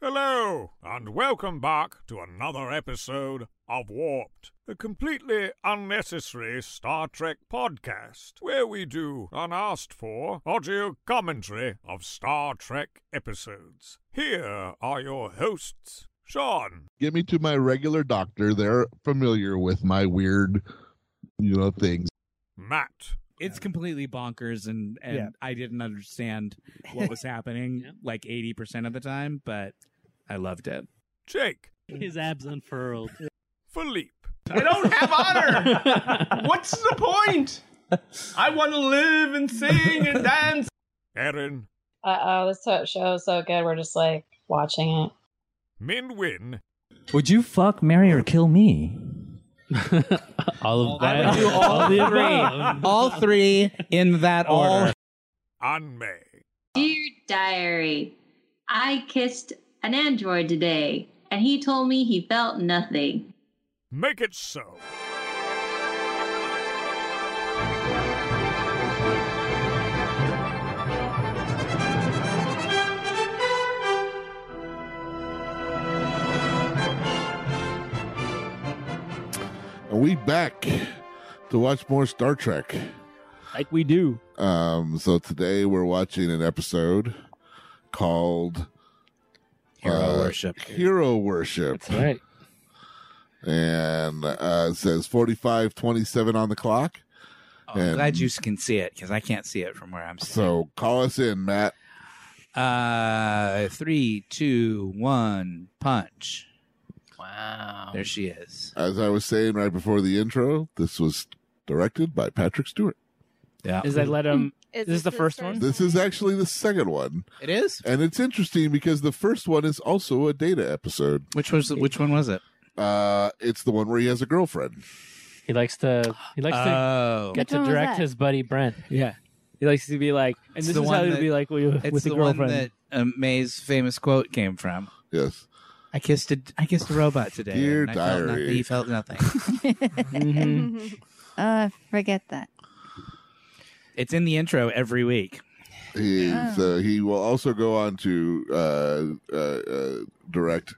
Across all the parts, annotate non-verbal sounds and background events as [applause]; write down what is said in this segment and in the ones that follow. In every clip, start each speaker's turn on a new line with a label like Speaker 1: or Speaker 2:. Speaker 1: Hello, and welcome back to another episode of Warped, the completely unnecessary Star Trek podcast, where we do unasked for audio commentary of Star Trek episodes. Here are your hosts, Sean.
Speaker 2: Get me to my regular doctor. They're familiar with my weird, you know, things.
Speaker 1: Matt.
Speaker 3: it's completely bonkers and and
Speaker 4: Yeah.
Speaker 3: i didn't understand what
Speaker 5: [laughs]
Speaker 3: was happening
Speaker 6: Yeah.
Speaker 3: like 80% of the time but i loved it
Speaker 1: Jake.
Speaker 6: His abs unfurled.
Speaker 1: Philippe.
Speaker 7: I don't have honor. What's the point? I want to live and sing and dance.
Speaker 1: Erin.
Speaker 8: Uh oh, this so- show is so good. We're just like watching
Speaker 9: [laughs]
Speaker 8: it.
Speaker 1: Min Win.
Speaker 5: Would you fuck, marry, or kill me?
Speaker 6: all of
Speaker 5: I
Speaker 6: that.
Speaker 5: would do all
Speaker 6: [laughs] the
Speaker 5: three. [laughs]
Speaker 6: above.
Speaker 5: All three in that order.
Speaker 1: Anme.
Speaker 10: Dear diary, I kissed an android today, and he told me he felt nothing.
Speaker 1: Make it so.
Speaker 2: And we back to watch more Star Trek.
Speaker 6: Like we do.
Speaker 2: Um, so today we're watching an episode called
Speaker 5: Hero
Speaker 2: Uh,
Speaker 5: worship.
Speaker 2: Hero Worship.
Speaker 6: That's right.
Speaker 2: And uh, it says 4527 on the clock.
Speaker 5: Oh, I'm glad you can see it because I can't see it from where I'm sitting.
Speaker 2: So call us in, Matt.
Speaker 5: Uh, three, two, one, punch.
Speaker 6: Wow.
Speaker 5: There she is.
Speaker 2: As I was saying right before the intro, this was directed by Patrick Stewart.
Speaker 5: Yeah,
Speaker 6: Is I let him.
Speaker 8: Is
Speaker 6: This is the first one?
Speaker 2: This is actually the second one.
Speaker 5: it is.
Speaker 2: And it's interesting because the first one is also a data episode.
Speaker 5: Which was which one was it?
Speaker 2: Uh, it's the one where he has a girlfriend.
Speaker 6: He likes to. He likes to
Speaker 5: Oh,
Speaker 6: get to
Speaker 11: Which one was
Speaker 6: direct
Speaker 11: that?
Speaker 6: his buddy Brent. Yeah.
Speaker 5: [laughs]
Speaker 6: He likes to be like, and
Speaker 5: It's
Speaker 6: this
Speaker 5: the
Speaker 6: is
Speaker 5: one
Speaker 6: how he
Speaker 5: that-
Speaker 6: would be like with,
Speaker 5: it's
Speaker 6: with a
Speaker 5: the one
Speaker 6: girlfriend.
Speaker 5: that um, May's famous quote came from.
Speaker 2: Yes.
Speaker 5: I kissed a I kissed a robot today.
Speaker 2: Dear
Speaker 5: and I felt
Speaker 2: diary.
Speaker 5: nothing- he felt nothing.
Speaker 2: [laughs]
Speaker 11: [laughs]
Speaker 6: Mhm.
Speaker 11: uh, forget that.
Speaker 5: it's in the intro every week.
Speaker 2: He,
Speaker 11: Oh.
Speaker 2: So uh, he will also go on to uh, uh, uh, direct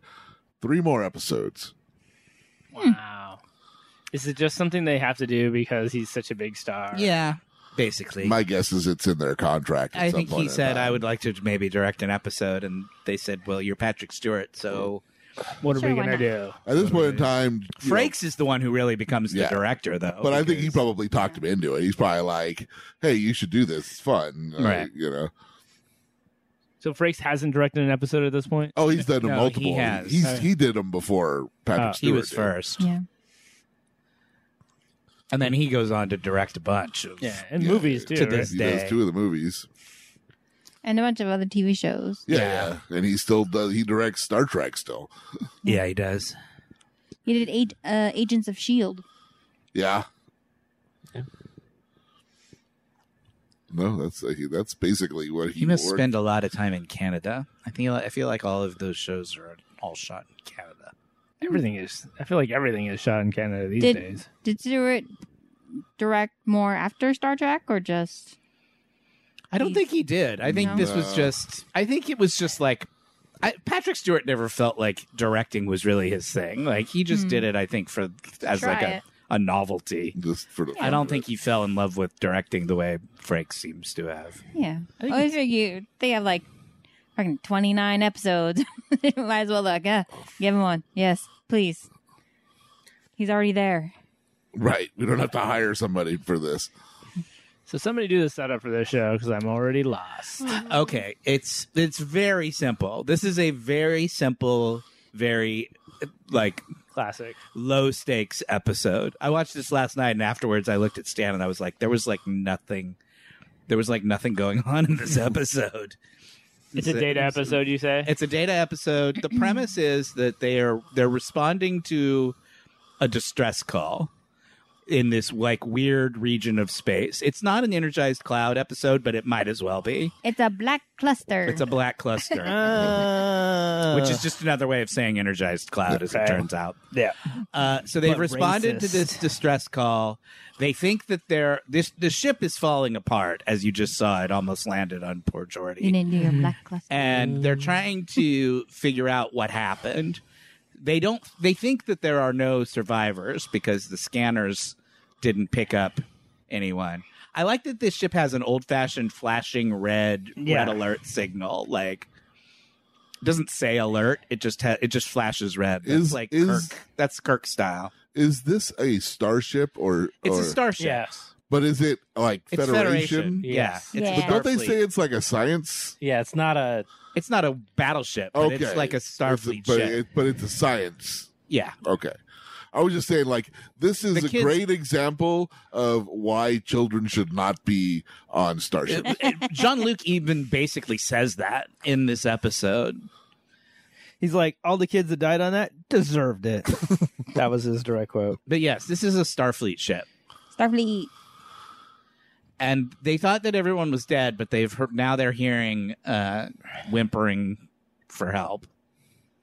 Speaker 2: three more episodes.
Speaker 6: Wow. Is it just something they have to do because he's such a big star?
Speaker 5: Yeah, basically.
Speaker 2: My guess is it's in their contract. at
Speaker 5: I
Speaker 2: some
Speaker 5: think
Speaker 2: point
Speaker 5: he
Speaker 2: in
Speaker 5: said I
Speaker 2: time.
Speaker 5: would like to maybe direct an episode, and they said, "Well, you're Patrick Stewart, so
Speaker 6: What are
Speaker 11: Sure,
Speaker 6: we
Speaker 11: why
Speaker 6: gonna
Speaker 11: not?
Speaker 6: do?
Speaker 2: At this point in time, you know,
Speaker 5: Frakes is the one who really becomes the
Speaker 2: Yeah.
Speaker 5: director, though."
Speaker 2: but I think he
Speaker 5: because-
Speaker 2: probably talked him into it. He's probably like, "Hey, you should do this. It's fun." Uh,
Speaker 5: Right.
Speaker 2: You know.
Speaker 6: So Frakes hasn't directed an episode at this point.
Speaker 2: Oh, he's done them
Speaker 5: No, he
Speaker 2: multiple.
Speaker 5: has. Uh,
Speaker 2: He's he did them before Patrick
Speaker 6: Oh.
Speaker 2: Stewart.
Speaker 5: he was
Speaker 2: did.
Speaker 5: first,
Speaker 11: Yeah.
Speaker 5: and then he goes on to direct a bunch. Of,
Speaker 6: Yeah, and
Speaker 2: Yeah,
Speaker 6: movies too.
Speaker 5: to
Speaker 6: right?
Speaker 5: this
Speaker 2: He does
Speaker 5: day.
Speaker 2: two of the movies.
Speaker 11: And a bunch of other TV shows.
Speaker 2: Yeah,
Speaker 5: Yeah.
Speaker 2: yeah. And he still does. He directs Star Trek still.
Speaker 5: yeah, he does.
Speaker 11: He did eight, uh, Agents of S.H.I.E.L.D.
Speaker 2: Yeah.
Speaker 6: Yeah.
Speaker 2: No, that's uh, he, that's basically what he,
Speaker 5: He must
Speaker 2: worked-
Speaker 5: spend a lot of time in Canada. I think I feel like all of those shows are all shot in Canada.
Speaker 6: Everything is. I feel like everything is shot in Canada these
Speaker 11: Did-
Speaker 6: days.
Speaker 11: Did Stewart direct more after Star Trek or just.
Speaker 5: I don't think he did. I think
Speaker 11: No.
Speaker 5: this was
Speaker 2: No.
Speaker 5: just. I think it was just like. I, Patrick Stewart never felt like directing was really his thing. Like he just
Speaker 11: Hmm.
Speaker 5: did it, I think, for as
Speaker 11: Try
Speaker 5: like a,
Speaker 11: it.
Speaker 5: a novelty.
Speaker 2: just for the
Speaker 5: I
Speaker 2: fun of
Speaker 5: don't think
Speaker 2: it.
Speaker 5: he fell in love with directing the way Frank seems to have.
Speaker 11: Yeah. Oh, if you, they have like fucking 29 episodes. [laughs] Might as well look. Uh, give him one. Yes, please. He's already there.
Speaker 2: [laughs] right. We don't have to hire somebody for this.
Speaker 6: So somebody do the setup for this show because I'm already lost.
Speaker 5: Okay, it's it's very simple. This is a very simple, very like
Speaker 6: Classic.
Speaker 5: low stakes episode. I watched this last night and afterwards I looked at Stan and I was like there was like nothing there was like nothing going [laughs] on in this episode.
Speaker 6: It's a data episode, you say?
Speaker 5: It's a data episode. The premise is that they are they're responding to a distress call in this like weird region of space. It's not an energized cloud episode, but it might as well be.
Speaker 11: It's a black cluster.
Speaker 5: It's a black
Speaker 6: [laughs]
Speaker 5: cluster.
Speaker 6: Oh. Ah.
Speaker 5: which is just another way of saying energized cloud, as it
Speaker 6: Okay.
Speaker 5: turns out.
Speaker 6: Yeah.
Speaker 5: Uh, so they've
Speaker 6: But
Speaker 5: responded to this
Speaker 6: racist.
Speaker 5: distress call. They think that they're this the ship is falling apart, as you just saw. It almost landed on poor
Speaker 11: You
Speaker 5: Jordy,
Speaker 11: need to do your black cluster.
Speaker 5: and
Speaker 6: Mm.
Speaker 5: they're trying to figure out what happened. They don't. They think that there are no survivors because the scanners didn't pick up anyone. I like that this ship has an old-fashioned flashing red
Speaker 6: Yeah.
Speaker 5: red alert signal. Like, it doesn't say alert. It just ha- it just flashes red. That's
Speaker 2: Is-
Speaker 5: like
Speaker 2: is-
Speaker 5: Kirk. That's Kirk style.
Speaker 2: Is this a starship or
Speaker 5: It's
Speaker 2: or-
Speaker 5: a starship.
Speaker 6: Yes.
Speaker 2: But is it like
Speaker 5: It's
Speaker 2: Federation?
Speaker 5: Federation.
Speaker 6: Yes.
Speaker 5: Yeah. It's
Speaker 11: But
Speaker 5: a
Speaker 2: Don't they
Speaker 5: Starfleet.
Speaker 2: say it's like a science?
Speaker 6: Yeah, it's not a
Speaker 5: it's not a battleship, but
Speaker 2: Okay.
Speaker 5: it's like a
Speaker 2: It's a-
Speaker 5: Starfleet
Speaker 2: but
Speaker 5: ship.
Speaker 2: it, but it's a science.
Speaker 5: yeah.
Speaker 2: Okay. I was just saying, like, this is
Speaker 5: The
Speaker 2: a
Speaker 5: kids-
Speaker 2: great example of why children should not be on Starship.
Speaker 5: John Luke even basically says that in this episode.
Speaker 4: He's like, all the kids that died on that deserved it.
Speaker 6: [laughs] that was his direct quote.
Speaker 5: But yes, this is a Starfleet ship.
Speaker 11: Starfleet.
Speaker 5: And they thought that everyone was dead, but they've heard now they're hearing uh whimpering for help.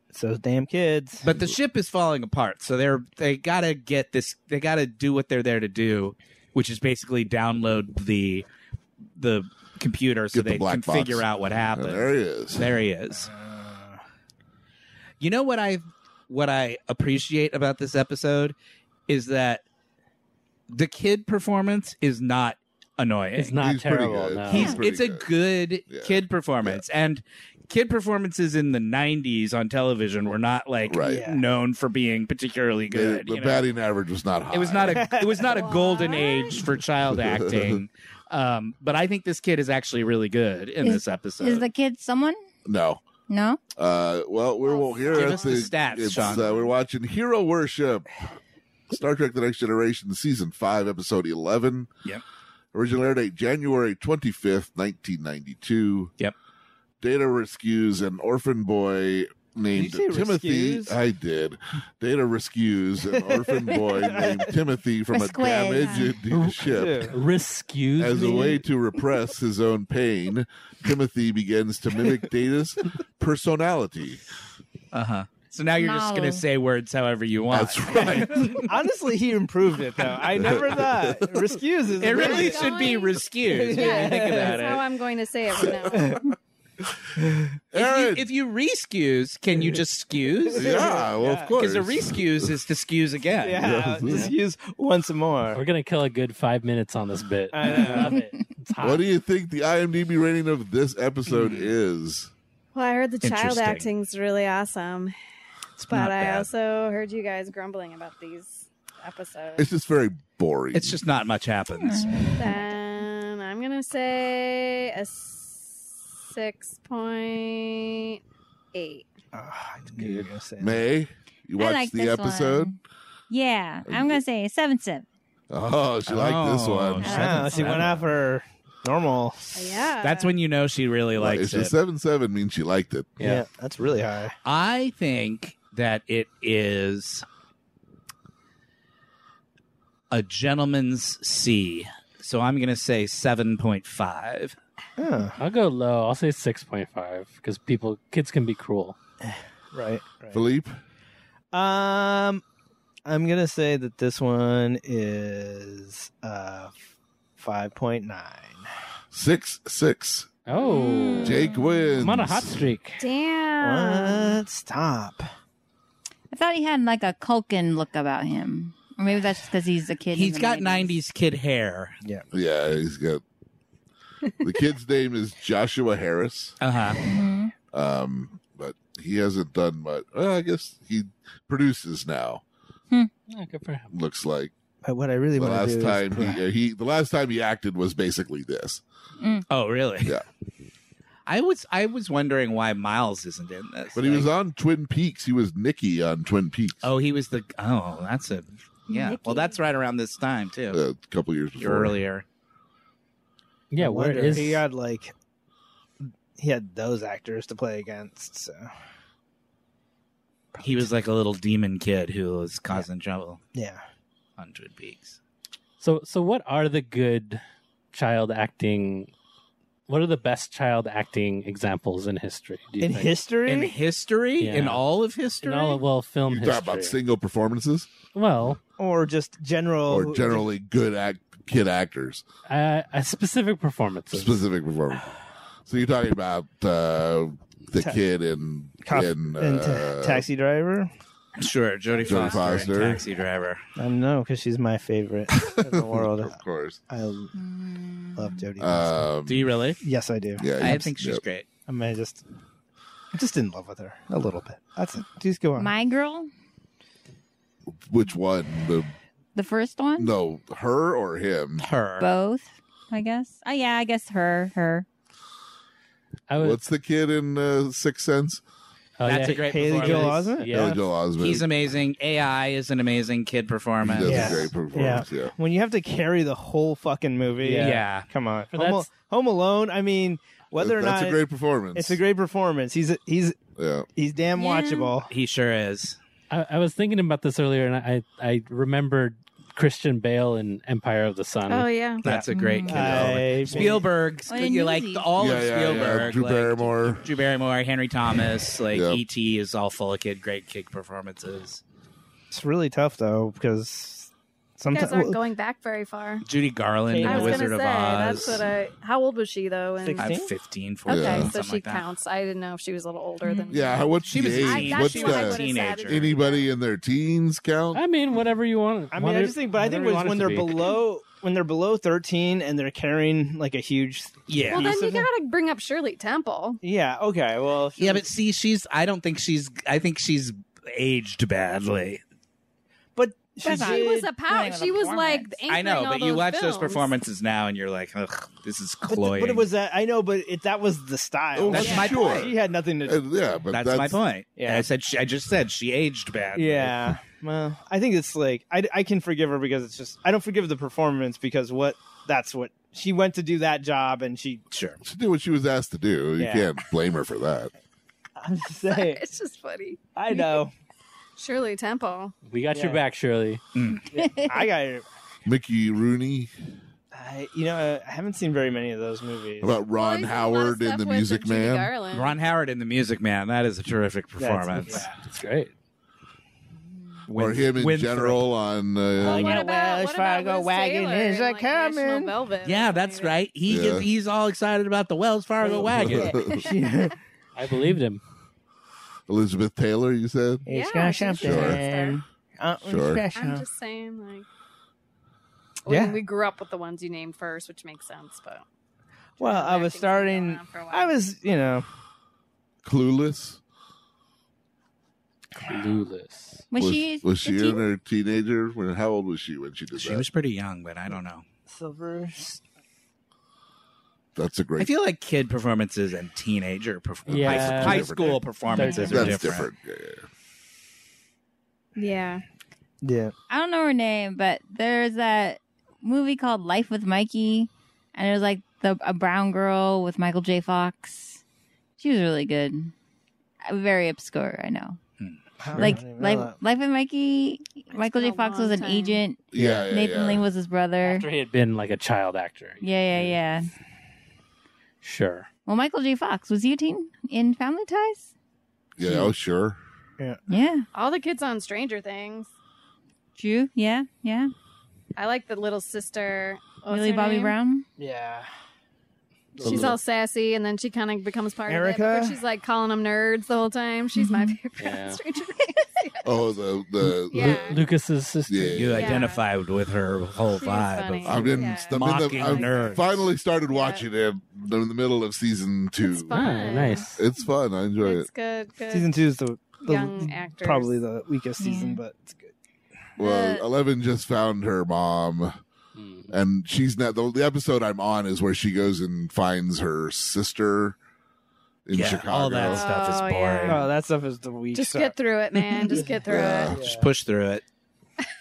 Speaker 4: it's those damn kids.
Speaker 5: But the ship is falling apart, so they're they gotta get this. They gotta do what they're there to do, which is basically download the the computer so
Speaker 2: Get the
Speaker 5: they can
Speaker 2: black box.
Speaker 5: figure out what
Speaker 2: And
Speaker 5: happened.
Speaker 2: there he is.
Speaker 5: There he is. You know what I what I appreciate about this episode is that the kid performance is not annoying.
Speaker 6: It's not
Speaker 2: He's pretty
Speaker 6: terrible.
Speaker 2: good.
Speaker 6: No.
Speaker 2: He's
Speaker 5: He's-
Speaker 2: pretty
Speaker 5: it's a good
Speaker 2: Yeah.
Speaker 5: kid performance and kid performances in the 90s on television were not like
Speaker 2: Right.
Speaker 6: Yeah.
Speaker 5: known for being particularly
Speaker 2: They-
Speaker 5: good
Speaker 2: the
Speaker 5: you know?
Speaker 2: batting average was not high.
Speaker 5: it was not a it was
Speaker 11: [laughs]
Speaker 5: not a golden
Speaker 11: What?
Speaker 5: age for
Speaker 2: [laughs]
Speaker 5: child acting um, but i think this kid is actually really good in
Speaker 11: Is-
Speaker 5: this episode
Speaker 11: Is the kid someone?
Speaker 2: no.
Speaker 11: No?
Speaker 2: Uh, well, we're well, here
Speaker 5: Give
Speaker 2: at
Speaker 5: us the stats,
Speaker 2: it's,
Speaker 5: Sean.
Speaker 2: Uh, we're watching Hero Worship, Star Trek: The Next Generation, season five, episode eleven.
Speaker 5: Yep.
Speaker 2: Original air date January twenty fifth, nineteen ninety two.
Speaker 5: Yep.
Speaker 2: Data rescues an orphan boy named
Speaker 4: Did you say
Speaker 2: Timothy.
Speaker 4: rescues?
Speaker 2: I did. Data rescues an orphan
Speaker 5: [laughs]
Speaker 2: boy named Timothy from a
Speaker 11: Rescued.
Speaker 2: damaged ship.
Speaker 6: [laughs]
Speaker 4: Dude.
Speaker 6: Rescue
Speaker 2: As a way to repress his own pain, Timothy begins to mimic Data's personality.
Speaker 5: uh-huh so now you're just
Speaker 11: No.
Speaker 5: gonna say words however you want
Speaker 2: That's
Speaker 5: [laughs]
Speaker 2: right.
Speaker 4: Honestly, he improved it though. I
Speaker 2: [laughs]
Speaker 4: never thought. Rescues is
Speaker 5: it really
Speaker 4: amazing.
Speaker 11: Nice.
Speaker 5: should be rescued when you think about
Speaker 9: That's how
Speaker 5: it
Speaker 9: I'm going to say it right now.
Speaker 5: [laughs] if you, if you rescues can you just skews
Speaker 2: yeah, well, of course.
Speaker 5: because a rescues is to skews again
Speaker 4: Yeah, just use once more.
Speaker 6: We're gonna kill a good five minutes on this bit.
Speaker 4: I know.
Speaker 6: love it. It's hot.
Speaker 2: What do you think the IMDb rating of this episode is?
Speaker 9: Well, I heard the child
Speaker 5: Interesting.
Speaker 9: acting's really awesome,
Speaker 5: it's
Speaker 9: but
Speaker 5: not
Speaker 9: I
Speaker 5: bad.
Speaker 9: also heard you guys grumbling about these episodes.
Speaker 2: It's just very boring.
Speaker 5: it's just not much happens
Speaker 9: Then I'm gonna say a six point eight.
Speaker 4: Ah, I knew you were gonna say that.
Speaker 2: May. You
Speaker 11: I
Speaker 2: watched
Speaker 11: like
Speaker 2: the
Speaker 11: this
Speaker 2: episode.
Speaker 11: one. Yeah, I'm gonna say seven seven.
Speaker 2: Oh, she liked this
Speaker 5: Oh,
Speaker 2: one.
Speaker 5: she-
Speaker 4: Ah, she went off her normal.
Speaker 9: Yeah,
Speaker 5: that's when you know she really
Speaker 2: it's
Speaker 5: likes
Speaker 2: a
Speaker 5: it
Speaker 2: seven seven means she liked it.
Speaker 4: Yeah, that's really high.
Speaker 5: I think that it is a gentleman's C. So I'm going to say 7.5.
Speaker 4: Oh,
Speaker 6: I'll go low. I'll say six point five because people, kids can be cruel.
Speaker 4: [sighs] right. right.
Speaker 2: Philippe,
Speaker 4: Um, I'm gonna say that this one is uh five point nine.
Speaker 2: six six.
Speaker 6: Oh,
Speaker 2: Jake wins.
Speaker 6: I'm on a hot streak.
Speaker 9: damn.
Speaker 6: Ah.
Speaker 4: What? Stop.
Speaker 11: I thought he had like a Culkin look about him, or maybe that's just because he's a kid. in
Speaker 5: He's
Speaker 11: the
Speaker 5: got
Speaker 11: 90s.
Speaker 5: 90s kid hair.
Speaker 2: Yeah, he's got. The kid's name is Joshua Harris.
Speaker 5: Uh huh.
Speaker 11: Mhm.
Speaker 2: Um, but he hasn't done much. Well, I guess he produces now.
Speaker 6: Yeah, Ah, good for him.
Speaker 2: Looks like
Speaker 4: But what I really
Speaker 2: the
Speaker 4: want to
Speaker 2: last
Speaker 4: do
Speaker 2: time
Speaker 4: [laughs] is
Speaker 2: he, uh, he the last time he acted was basically this.
Speaker 5: Oh, really?
Speaker 2: Yeah.
Speaker 5: [laughs] I was I was wondering why Miles isn't in this.
Speaker 2: But he was
Speaker 5: Like,
Speaker 2: on Twin Peaks. He was Nicky on Twin Peaks.
Speaker 5: Oh, he was the Oh, that's a Yeah. Well, that's right around this time too.
Speaker 2: uh, a couple years before.
Speaker 5: Earlier.
Speaker 6: Yeah,
Speaker 4: I
Speaker 6: where
Speaker 4: wonder.
Speaker 6: is
Speaker 4: he had like he had those actors to play against? So
Speaker 5: He was like a little demon kid who was causing trouble
Speaker 4: yeah,
Speaker 5: on Twin Peaks.
Speaker 12: So so what are the good child acting? What are the best child acting examples in history? do you
Speaker 6: In
Speaker 12: think?
Speaker 6: history?
Speaker 5: In history? In all of history?
Speaker 12: In all of, well, film
Speaker 2: You
Speaker 12: history.
Speaker 2: talk about single performances
Speaker 12: well,
Speaker 6: or just general,
Speaker 2: or generally good act, kid actors,
Speaker 12: uh, a specific performances.
Speaker 2: specific performance. So you're talking about uh, the
Speaker 6: Ta-
Speaker 2: kid in
Speaker 6: Cough-
Speaker 2: in,
Speaker 6: and ta-
Speaker 2: uh,
Speaker 6: taxi driver.
Speaker 5: [laughs] Sure,
Speaker 2: Jodie
Speaker 5: Jodie Foster, and
Speaker 2: Foster.
Speaker 5: Taxi Driver.
Speaker 6: I know because she's my favorite in the world.
Speaker 2: Of course,
Speaker 6: I l- love Jodie.
Speaker 2: Um,
Speaker 5: Do you really?
Speaker 6: Yes, I do.
Speaker 2: Yeah,
Speaker 5: I you- think she's yep. great.
Speaker 6: I mean, I just, I'm just in love with her a little bit. That's it. Just go on.
Speaker 11: My girl,
Speaker 2: which one? The
Speaker 11: the first one,
Speaker 2: no, her or him?
Speaker 5: Her.
Speaker 11: both, I guess. Oh yeah, I guess her, her.
Speaker 2: What's the kid in uh, Sixth Sense?
Speaker 12: Oh,
Speaker 5: That's
Speaker 12: yeah.
Speaker 5: a great
Speaker 12: Haley Joel
Speaker 5: performance.
Speaker 12: Osment? Yeah.
Speaker 2: Haley Joel Osment.
Speaker 5: He's amazing. AI is an amazing kid performance.
Speaker 2: He does a Yes. great performance, yeah.
Speaker 6: When you have to carry the whole fucking movie.
Speaker 5: Yeah. Yeah.
Speaker 6: Come on.
Speaker 5: But
Speaker 6: Home,
Speaker 5: that's-
Speaker 6: Home Alone. I mean, whether or not
Speaker 2: That's a great performance.
Speaker 6: It's a great performance. He's he's
Speaker 2: yeah.
Speaker 6: he's damn
Speaker 11: Yeah.
Speaker 6: watchable.
Speaker 5: He sure is.
Speaker 12: I, I was thinking about this earlier, and I I remembered Christian Bale in Empire of the Sun.
Speaker 9: Oh, yeah.
Speaker 5: That's a great kid.
Speaker 6: Mm. I-
Speaker 5: performance. Spielberg,
Speaker 9: Well, in
Speaker 5: you like
Speaker 9: movies.
Speaker 5: all of
Speaker 2: Yeah, yeah, yeah.
Speaker 5: Spielberg,
Speaker 2: Drew
Speaker 5: like,
Speaker 2: Barrymore.
Speaker 5: Drew Barrymore,
Speaker 2: [laughs]
Speaker 5: Henry Thomas, like
Speaker 2: Yep.
Speaker 5: E.T. is all full of kid great kid performances.
Speaker 6: It's really tough though because
Speaker 9: You guys
Speaker 6: sometimes
Speaker 9: aren't going back very far.
Speaker 5: Judy Garland in
Speaker 9: I
Speaker 5: The
Speaker 9: was
Speaker 5: Wizard
Speaker 9: gonna
Speaker 5: of
Speaker 9: say
Speaker 5: Oz.
Speaker 9: that's what I. How old was she though? And
Speaker 5: I'm 15, 14,
Speaker 9: okay, so
Speaker 5: something
Speaker 9: she
Speaker 5: like that.
Speaker 9: counts. I didn't know if she was a little older than.
Speaker 2: Mm-hmm. Yeah, how- what's
Speaker 5: She
Speaker 2: the
Speaker 5: was
Speaker 2: age?
Speaker 5: a
Speaker 9: teen-
Speaker 2: what's
Speaker 9: she was
Speaker 2: the
Speaker 9: a teenager.
Speaker 2: Anybody in their teens count?
Speaker 12: I mean, whatever you want.
Speaker 6: I mean, I just think, but I think was when they're below when they're below thirteen and they're carrying like a huge
Speaker 5: Yeah.
Speaker 9: Well, then
Speaker 6: piece
Speaker 9: you
Speaker 6: of it.
Speaker 9: gotta bring up Shirley Temple.
Speaker 6: yeah okay well
Speaker 5: Yeah, but see, she's. I don't think she's. I think she's aged badly.
Speaker 6: but
Speaker 9: She, was a power. She was like.
Speaker 5: I know,
Speaker 9: anchoring all
Speaker 5: but you
Speaker 9: those
Speaker 5: watch those
Speaker 9: films.
Speaker 5: performances now, and you're like, Ugh, this is
Speaker 6: But, th-
Speaker 5: cloying.
Speaker 6: but it was that I know, but it, that was the style.
Speaker 5: Oh, That's yeah. my
Speaker 6: Sure.
Speaker 5: point.
Speaker 6: She had nothing to.
Speaker 2: Uh, yeah, but
Speaker 5: that's,
Speaker 2: that's
Speaker 5: my point.
Speaker 6: Yeah.
Speaker 5: I said. She, I just said she aged badly.
Speaker 2: [laughs]
Speaker 6: Yeah. Well, I think it's like I, I can forgive her because it's just I don't forgive the performance because what that's what she went to do that job and she [laughs]
Speaker 5: sure
Speaker 2: She did what she was asked to do. You
Speaker 6: Yeah.
Speaker 2: can't blame her for that.
Speaker 6: I'm just saying
Speaker 9: [laughs] It's just funny.
Speaker 6: I
Speaker 9: [laughs]
Speaker 6: know
Speaker 9: Shirley Temple.
Speaker 12: we got
Speaker 6: Yeah.
Speaker 12: your back, Shirley.
Speaker 6: I got
Speaker 2: Mickey Rooney.
Speaker 6: I, you know I haven't seen very many of those movies.
Speaker 2: How About Ron Howard in The Music Man.
Speaker 5: Ron Howard in The Music Man. That is a terrific performance.
Speaker 6: [laughs]
Speaker 12: It's great.
Speaker 2: or him in
Speaker 5: Winthrop.
Speaker 2: general on.
Speaker 9: Well,
Speaker 2: Uh,
Speaker 9: what about
Speaker 6: Wells
Speaker 9: what about
Speaker 6: Fargo
Speaker 9: Liz
Speaker 6: wagon
Speaker 9: Taylor
Speaker 6: is
Speaker 9: in,
Speaker 6: a
Speaker 9: like, National
Speaker 6: coming.
Speaker 9: Velvet?
Speaker 5: Yeah, that's right. He
Speaker 2: Yeah.
Speaker 5: gets, he's all excited about the Wells Fargo wagon.
Speaker 12: I believed him.
Speaker 2: [laughs] Elizabeth Taylor, you said?
Speaker 9: It's got something.
Speaker 2: Sure.
Speaker 9: I'm just saying, like,
Speaker 6: Yeah.
Speaker 9: we- we grew up with the ones you named first, which makes sense. But
Speaker 5: Uh,
Speaker 6: Well, I was starting. I was, you know,
Speaker 2: Clueless.
Speaker 12: Clueless.
Speaker 11: Was,
Speaker 2: was
Speaker 11: she?
Speaker 2: was she
Speaker 11: did
Speaker 2: in her teenager? When how old was she when she did
Speaker 5: She
Speaker 2: that?
Speaker 5: was pretty young, but I don't know.
Speaker 6: silver.
Speaker 2: That's a great.
Speaker 5: I feel like kid performances and teenager performances,
Speaker 12: Yeah.
Speaker 5: high,
Speaker 12: That's
Speaker 5: high
Speaker 2: different.
Speaker 5: school performances are
Speaker 2: That's
Speaker 5: different.
Speaker 2: different. Yeah, yeah.
Speaker 9: yeah,
Speaker 6: Yeah.
Speaker 11: I don't know her name, but there's that movie called Life with Mikey, and it was like the a brown girl with Michael J. Fox. She was really good. Uh, Very obscure, I know. Like Life, Life with Mikey, Michael
Speaker 9: been
Speaker 11: J.
Speaker 9: a
Speaker 11: Fox
Speaker 9: long
Speaker 11: was an
Speaker 9: time.
Speaker 11: agent.
Speaker 2: Yeah, yeah,
Speaker 11: Nathan
Speaker 2: yeah.
Speaker 11: Lane was his brother.
Speaker 12: After he had been like a child actor.
Speaker 11: Yeah, yeah, yeah.
Speaker 12: Sure.
Speaker 11: Well, Michael J. Fox was you teen in Family Ties?
Speaker 2: Yeah, oh sure.
Speaker 11: Yeah,
Speaker 9: all the kids on Stranger Things.
Speaker 11: Jew. Yeah, yeah.
Speaker 9: I like the little sister, What's
Speaker 11: Oh, Millie
Speaker 9: her
Speaker 11: Bobby
Speaker 9: name?
Speaker 11: Brown.
Speaker 6: Yeah.
Speaker 9: She's all sassy, and then she kind of becomes part of it.
Speaker 6: Erica?
Speaker 9: but She's like calling them nerds the whole time. She's my
Speaker 11: Mm-hmm.
Speaker 9: favorite [laughs]
Speaker 12: Yeah.
Speaker 11: [laughs]
Speaker 9: Stranger Things.
Speaker 2: Oh the the
Speaker 9: Yeah.
Speaker 12: Lucas's sister.
Speaker 2: yeah.
Speaker 5: You
Speaker 9: Yeah.
Speaker 5: identified with her whole
Speaker 9: She was
Speaker 5: vibe.
Speaker 9: funny.
Speaker 5: Of,
Speaker 2: I'm in,
Speaker 9: Yeah.
Speaker 2: I'm in
Speaker 5: Mocking
Speaker 2: the, I've
Speaker 5: nerds.
Speaker 2: finally started watching it in the middle of season two.
Speaker 9: It's fun.
Speaker 5: Ah,
Speaker 12: Oh, nice.
Speaker 2: It's fun. I enjoy
Speaker 9: It's
Speaker 2: it.
Speaker 9: good. Good.
Speaker 6: Season two is the, the
Speaker 9: Young actors.
Speaker 6: probably the weakest season, but it's good.
Speaker 2: Well,
Speaker 9: The-
Speaker 2: Eleven just found her mom,
Speaker 5: Hmm.
Speaker 2: and she's not. The, the episode I'm on is where she goes and finds her sister in
Speaker 5: yeah, Oh,
Speaker 2: Chicago.
Speaker 5: all that stuff is
Speaker 9: Oh,
Speaker 5: boring.
Speaker 9: yeah.
Speaker 6: Oh, that stuff is the weak.
Speaker 9: Just
Speaker 6: stuff.
Speaker 9: get through it, man. Just get through
Speaker 2: Yeah.
Speaker 9: it.
Speaker 5: Just push through it.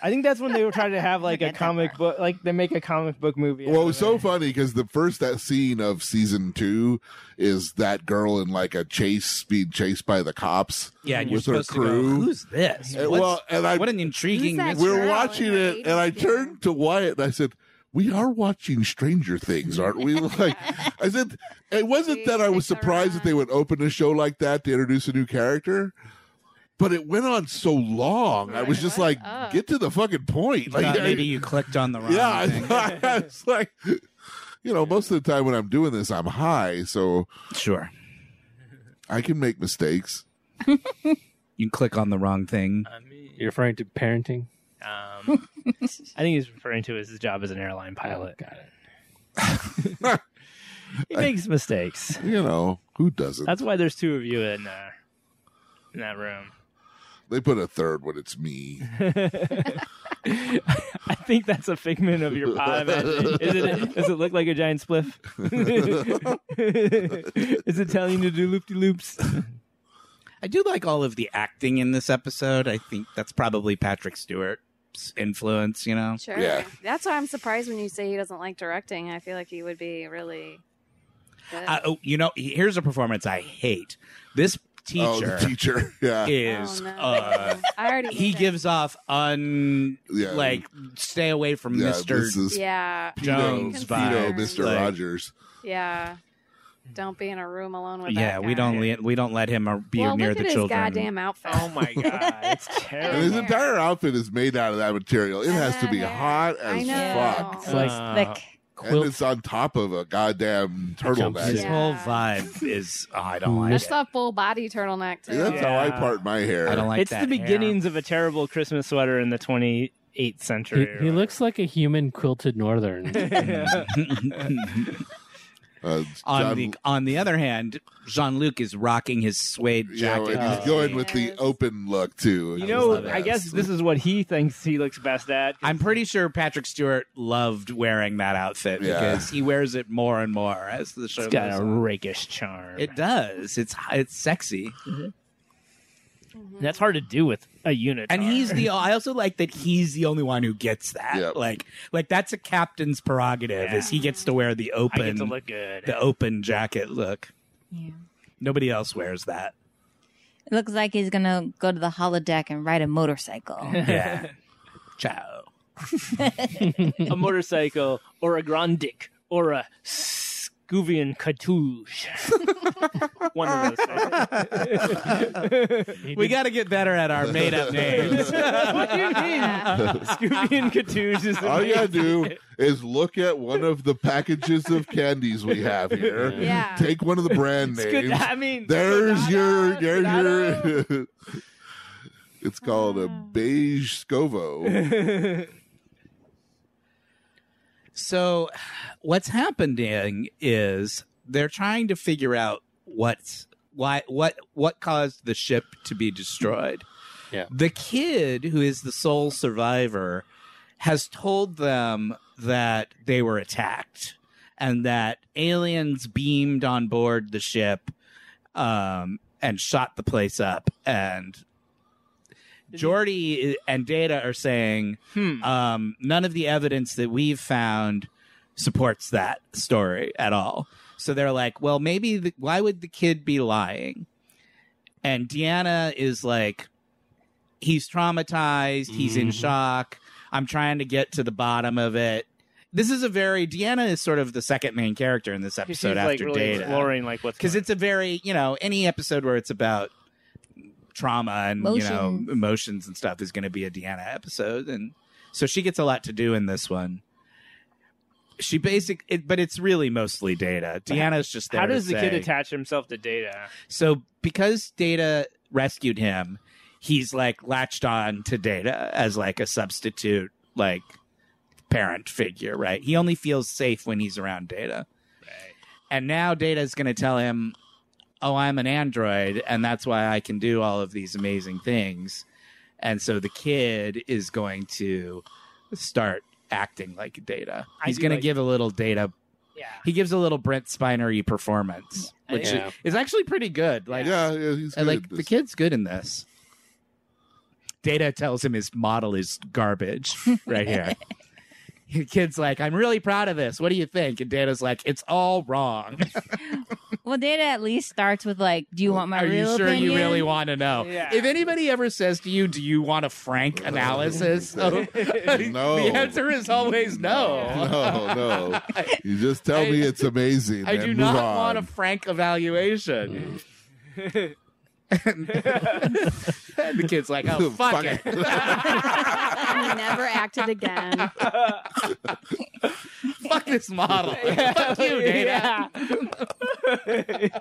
Speaker 4: I think that's when they were trying to have like a comic book, like they make a comic book movie.
Speaker 2: Well, it was so funny because the first that scene of season two is that girl in like a chase, being chased by the cops.
Speaker 5: Yeah, and you're
Speaker 2: with her
Speaker 5: supposed to go,
Speaker 2: crew.
Speaker 5: "Who's this?
Speaker 2: And-
Speaker 5: What's-
Speaker 2: well, and I,
Speaker 5: what an intriguing Who's that
Speaker 2: We were
Speaker 5: girl?"
Speaker 2: watching it, and I turned to Wyatt and I said. We are watching Stranger Things, aren't we? [laughs] Like, I said, it wasn't that I was surprised that they would open a show like that to introduce a new character, but it went on so long. I was just like, get to the fucking point. [laughs] Like,
Speaker 5: Thought
Speaker 2: I-
Speaker 5: maybe you clicked on the wrong
Speaker 2: yeah, I,
Speaker 5: thing.
Speaker 2: [laughs] I was like, you know, most of the time when I'm doing this, I'm high, so
Speaker 5: sure,
Speaker 2: I can make mistakes.
Speaker 5: you click on the wrong thing.
Speaker 12: You're referring to parenting.
Speaker 9: [laughs]
Speaker 6: Um, I think he's referring to his job as an airline pilot. Got it. [laughs] he makes mistakes.
Speaker 2: You know, who doesn't?
Speaker 6: That's why there's two of you in uh, in that room.
Speaker 2: They put a third when it's
Speaker 5: [laughs]
Speaker 2: me.
Speaker 6: I think that's a figment of your pot imagination. Is it, does it look like a
Speaker 2: [laughs]
Speaker 6: giant spliff? [laughs] Is it telling you to do loop de loops?
Speaker 5: I do like all of the acting in this episode. I think that's probably Patrick Stewart's influence. You know,
Speaker 9: Sure. That's why I'm surprised when you say he doesn't like directing. I feel like he would be really good.
Speaker 5: Uh, oh, you know, here's a performance I hate. This teacher,
Speaker 2: Oh, the teacher. [laughs] Yeah.
Speaker 5: is
Speaker 9: Oh, no.
Speaker 5: uh,
Speaker 9: [laughs] I already
Speaker 5: he gives off un
Speaker 2: Yeah.
Speaker 5: like stay away from
Speaker 2: Yeah,
Speaker 5: Mister
Speaker 2: this is
Speaker 9: Yeah.
Speaker 5: Jones
Speaker 2: Pedo,
Speaker 5: vibes.
Speaker 2: Mr.
Speaker 5: Like,
Speaker 2: Rogers.
Speaker 9: Yeah. Don't be in a room alone with
Speaker 5: yeah,
Speaker 9: Oh, that
Speaker 5: we
Speaker 9: guy.
Speaker 5: don't le- we don't let him uh, be
Speaker 9: well,
Speaker 5: near
Speaker 9: look
Speaker 5: the
Speaker 9: at
Speaker 5: children.
Speaker 9: his goddamn outfit. Oh
Speaker 6: [laughs] my god, it's terrible.
Speaker 2: And his entire outfit is made out of that material. It has to be hot
Speaker 9: I
Speaker 2: as
Speaker 9: know.
Speaker 2: fuck.
Speaker 5: It's like Uh, thick.
Speaker 2: And it's on top of a goddamn turtleneck.
Speaker 5: His whole vibe is oh, I
Speaker 9: [laughs]
Speaker 5: don't like
Speaker 9: That's
Speaker 5: it.
Speaker 9: the full body turtleneck too.
Speaker 2: That's how I
Speaker 6: Yeah.
Speaker 2: part my hair.
Speaker 5: I don't like
Speaker 6: it's the
Speaker 5: that hair.
Speaker 6: beginnings of a terrible Christmas sweater in the 28th
Speaker 12: He,
Speaker 6: century.
Speaker 12: he
Speaker 6: [laughs]
Speaker 12: looks like a human quilted northern. [laughs]
Speaker 5: [laughs]
Speaker 2: Uh,
Speaker 5: on
Speaker 2: John-
Speaker 5: the on the other hand, Jean Luc is rocking his suede
Speaker 2: Yeah,
Speaker 5: jacket.
Speaker 2: and
Speaker 6: Oh,
Speaker 2: he's going with the open look too.
Speaker 6: You know, I guess this is what he thinks he looks best at.
Speaker 5: I'm pretty sure Patrick Stewart loved wearing that outfit
Speaker 2: Yeah.
Speaker 5: because he wears it more and more as the show
Speaker 6: It's got
Speaker 5: goes
Speaker 6: a
Speaker 5: on.
Speaker 6: rakish charm.
Speaker 5: It does. It's it's sexy.
Speaker 9: Mm-hmm.
Speaker 6: That's hard to do with a unit.
Speaker 5: And he's the. I also like that he's the only one who gets that.
Speaker 2: Yep.
Speaker 5: Like, like that's a captain's prerogative. Is he gets to wear the open,
Speaker 6: [laughs] I get to look good.
Speaker 5: the open jacket look. Nobody else wears that.
Speaker 11: It looks like he's gonna go to the holodeck and ride a motorcycle.
Speaker 5: [laughs] Yeah. Ciao.
Speaker 6: a motorcycle or a grand dick or a Scoovian
Speaker 5: [laughs]
Speaker 6: cartouche. One of those.
Speaker 5: We got to get better at our
Speaker 6: [laughs]
Speaker 5: made-up names.
Speaker 6: what do you mean?
Speaker 12: [laughs]
Speaker 6: Scoovian cartouche is
Speaker 2: All you gotta
Speaker 6: amazing.
Speaker 2: do
Speaker 5: [laughs]
Speaker 2: is look at one of the packages of candies we have here.
Speaker 9: Yeah.
Speaker 2: Take one of the brand
Speaker 6: It's
Speaker 2: names.
Speaker 6: good. I mean,
Speaker 2: [laughs] there's your, there's your. [laughs] it's called a beige
Speaker 5: [laughs]
Speaker 2: scovo.
Speaker 5: So, what's happening is they're trying to figure out what's why what what caused the ship to be destroyed.
Speaker 12: Yeah.
Speaker 5: The kid who is the sole survivor has told them that they were attacked and that aliens beamed on board the ship um, and shot the place up and Jordy and Data are saying
Speaker 6: hmm.
Speaker 5: um, none of the evidence that we've found supports that story at all. So they're like, well, maybe the, why would the kid be lying? And Deanna is like, he's traumatized, he's
Speaker 6: Mm-hmm.
Speaker 5: in shock. I'm trying to get to the bottom of it. This is a very Deanna is sort of the second main character in this
Speaker 6: She's
Speaker 5: episode after
Speaker 6: like really
Speaker 5: Data
Speaker 6: exploring like what's
Speaker 5: because it's a very you know any episode where it's about trauma and you know
Speaker 11: Emotions.
Speaker 5: emotions and stuff is going to be a Deanna episode, and so she gets a lot to do in this one. She basic, it, but it's really mostly Data. Deanna's just there.
Speaker 6: How
Speaker 5: to
Speaker 6: does the kid
Speaker 5: say-
Speaker 6: attach himself to Data?
Speaker 5: So because Data rescued him, he's like latched on to Data as like a substitute, like parent figure, right? He only feels safe when he's around Data. And now Data's going to tell him, "Oh, I'm an android and that's why I can do all of these amazing things." And so the kid is going to start acting like Data.
Speaker 6: I
Speaker 5: He's
Speaker 6: do
Speaker 5: going to
Speaker 6: like-
Speaker 5: give a little Data
Speaker 6: Yeah.
Speaker 5: he gives a little Brent Spinery performance, which
Speaker 12: Yeah.
Speaker 5: is actually pretty good. Like
Speaker 2: yeah, yeah, he's good
Speaker 5: and like
Speaker 2: at
Speaker 5: the
Speaker 2: this.
Speaker 5: kid's good in this. Data tells him his model is garbage right here. Your kid's like, I'm really proud of this. What do you think? And Data's like, it's all wrong.
Speaker 11: Well, data at least starts with like, "Do you want my
Speaker 5: Are you
Speaker 11: real
Speaker 5: sure
Speaker 11: opinion?"
Speaker 5: you really want to know? If anybody ever says to you, Do you want a frank analysis?
Speaker 2: Uh, [laughs] No.
Speaker 5: [laughs] The answer is always no.
Speaker 2: No,
Speaker 5: [laughs]
Speaker 2: no. You just tell me it's amazing.
Speaker 5: I
Speaker 2: and
Speaker 5: do
Speaker 2: move
Speaker 5: not
Speaker 2: on.
Speaker 5: want a frank evaluation. [laughs] and the kid's like, Oh,
Speaker 2: [laughs]
Speaker 5: fuck,
Speaker 2: Fuck
Speaker 5: it.
Speaker 9: [laughs]
Speaker 5: [laughs]
Speaker 9: And he never acted again.
Speaker 5: fuck this [laughs] model. Fuck you, Data.
Speaker 6: [laughs] Yeah.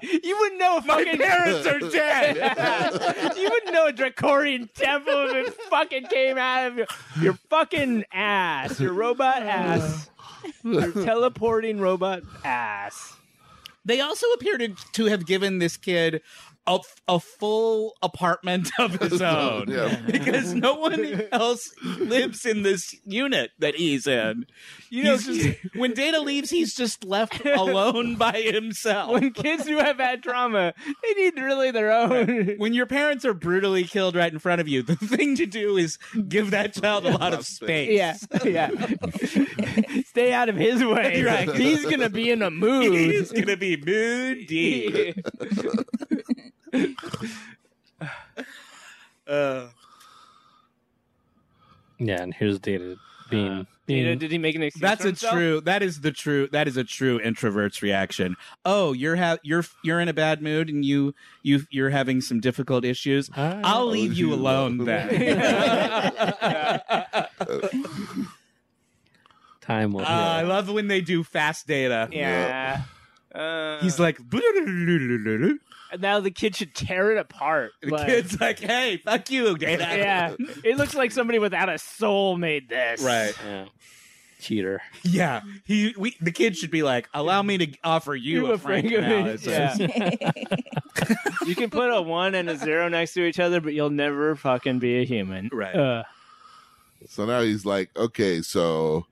Speaker 6: you wouldn't know if
Speaker 5: My
Speaker 6: fucking
Speaker 5: parents
Speaker 6: [laughs]
Speaker 5: are dead.
Speaker 6: you wouldn't know a dracorian devil if it fucking came out of your, your fucking ass, your robot ass, your teleporting robot ass.
Speaker 5: They also appear to, to have given this kid a, a full apartment of his
Speaker 2: [laughs]
Speaker 5: own
Speaker 2: Yeah.
Speaker 5: because no one else lives in this unit that he's in. You know, [laughs] just, when Data leaves, he's just left alone by himself.
Speaker 6: [laughs] When kids who have had trauma, they need really
Speaker 5: [laughs]
Speaker 6: their own.
Speaker 5: When your parents are brutally killed right in front of you, the thing to do is give that child a lot of space.
Speaker 6: Yeah, yeah. Stay out of his way.
Speaker 5: Right.
Speaker 6: [laughs] He's gonna be in a
Speaker 5: [laughs]
Speaker 6: mood.
Speaker 5: He's gonna be [laughs] moody. uh,
Speaker 12: Yeah, and here's data being being
Speaker 6: Data, did he make an excuse?
Speaker 5: That's
Speaker 6: for
Speaker 5: a
Speaker 6: himself? [laughs]
Speaker 5: true. That is the true. That is a true introvert's reaction. Oh, you're ha- you're you're in a bad mood and you you you're having some difficult issues. I'll leave you alone [laughs] then. Uh,
Speaker 6: [laughs]
Speaker 12: time will
Speaker 5: Uh,
Speaker 12: heal.
Speaker 5: I love when they do fast data.
Speaker 6: Yeah. Uh,
Speaker 5: He's like, "Blue-doo-doo-doo-doo-doo-doo."
Speaker 6: now the kid should tear it apart.
Speaker 5: the
Speaker 6: like-
Speaker 5: kid's like, hey, fuck you, data.
Speaker 6: yeah, it looks like somebody without a soul made this.
Speaker 5: Right.
Speaker 12: Yeah. Cheater.
Speaker 5: Yeah. He we the kid should be like, allow me to offer you, a frank
Speaker 6: [laughs]
Speaker 5: analysis.
Speaker 11: [laughs]
Speaker 6: you can put a one and a zero next to each other, but you'll never fucking be a human.
Speaker 5: Right.
Speaker 6: Uh,
Speaker 2: So now he's like, okay, so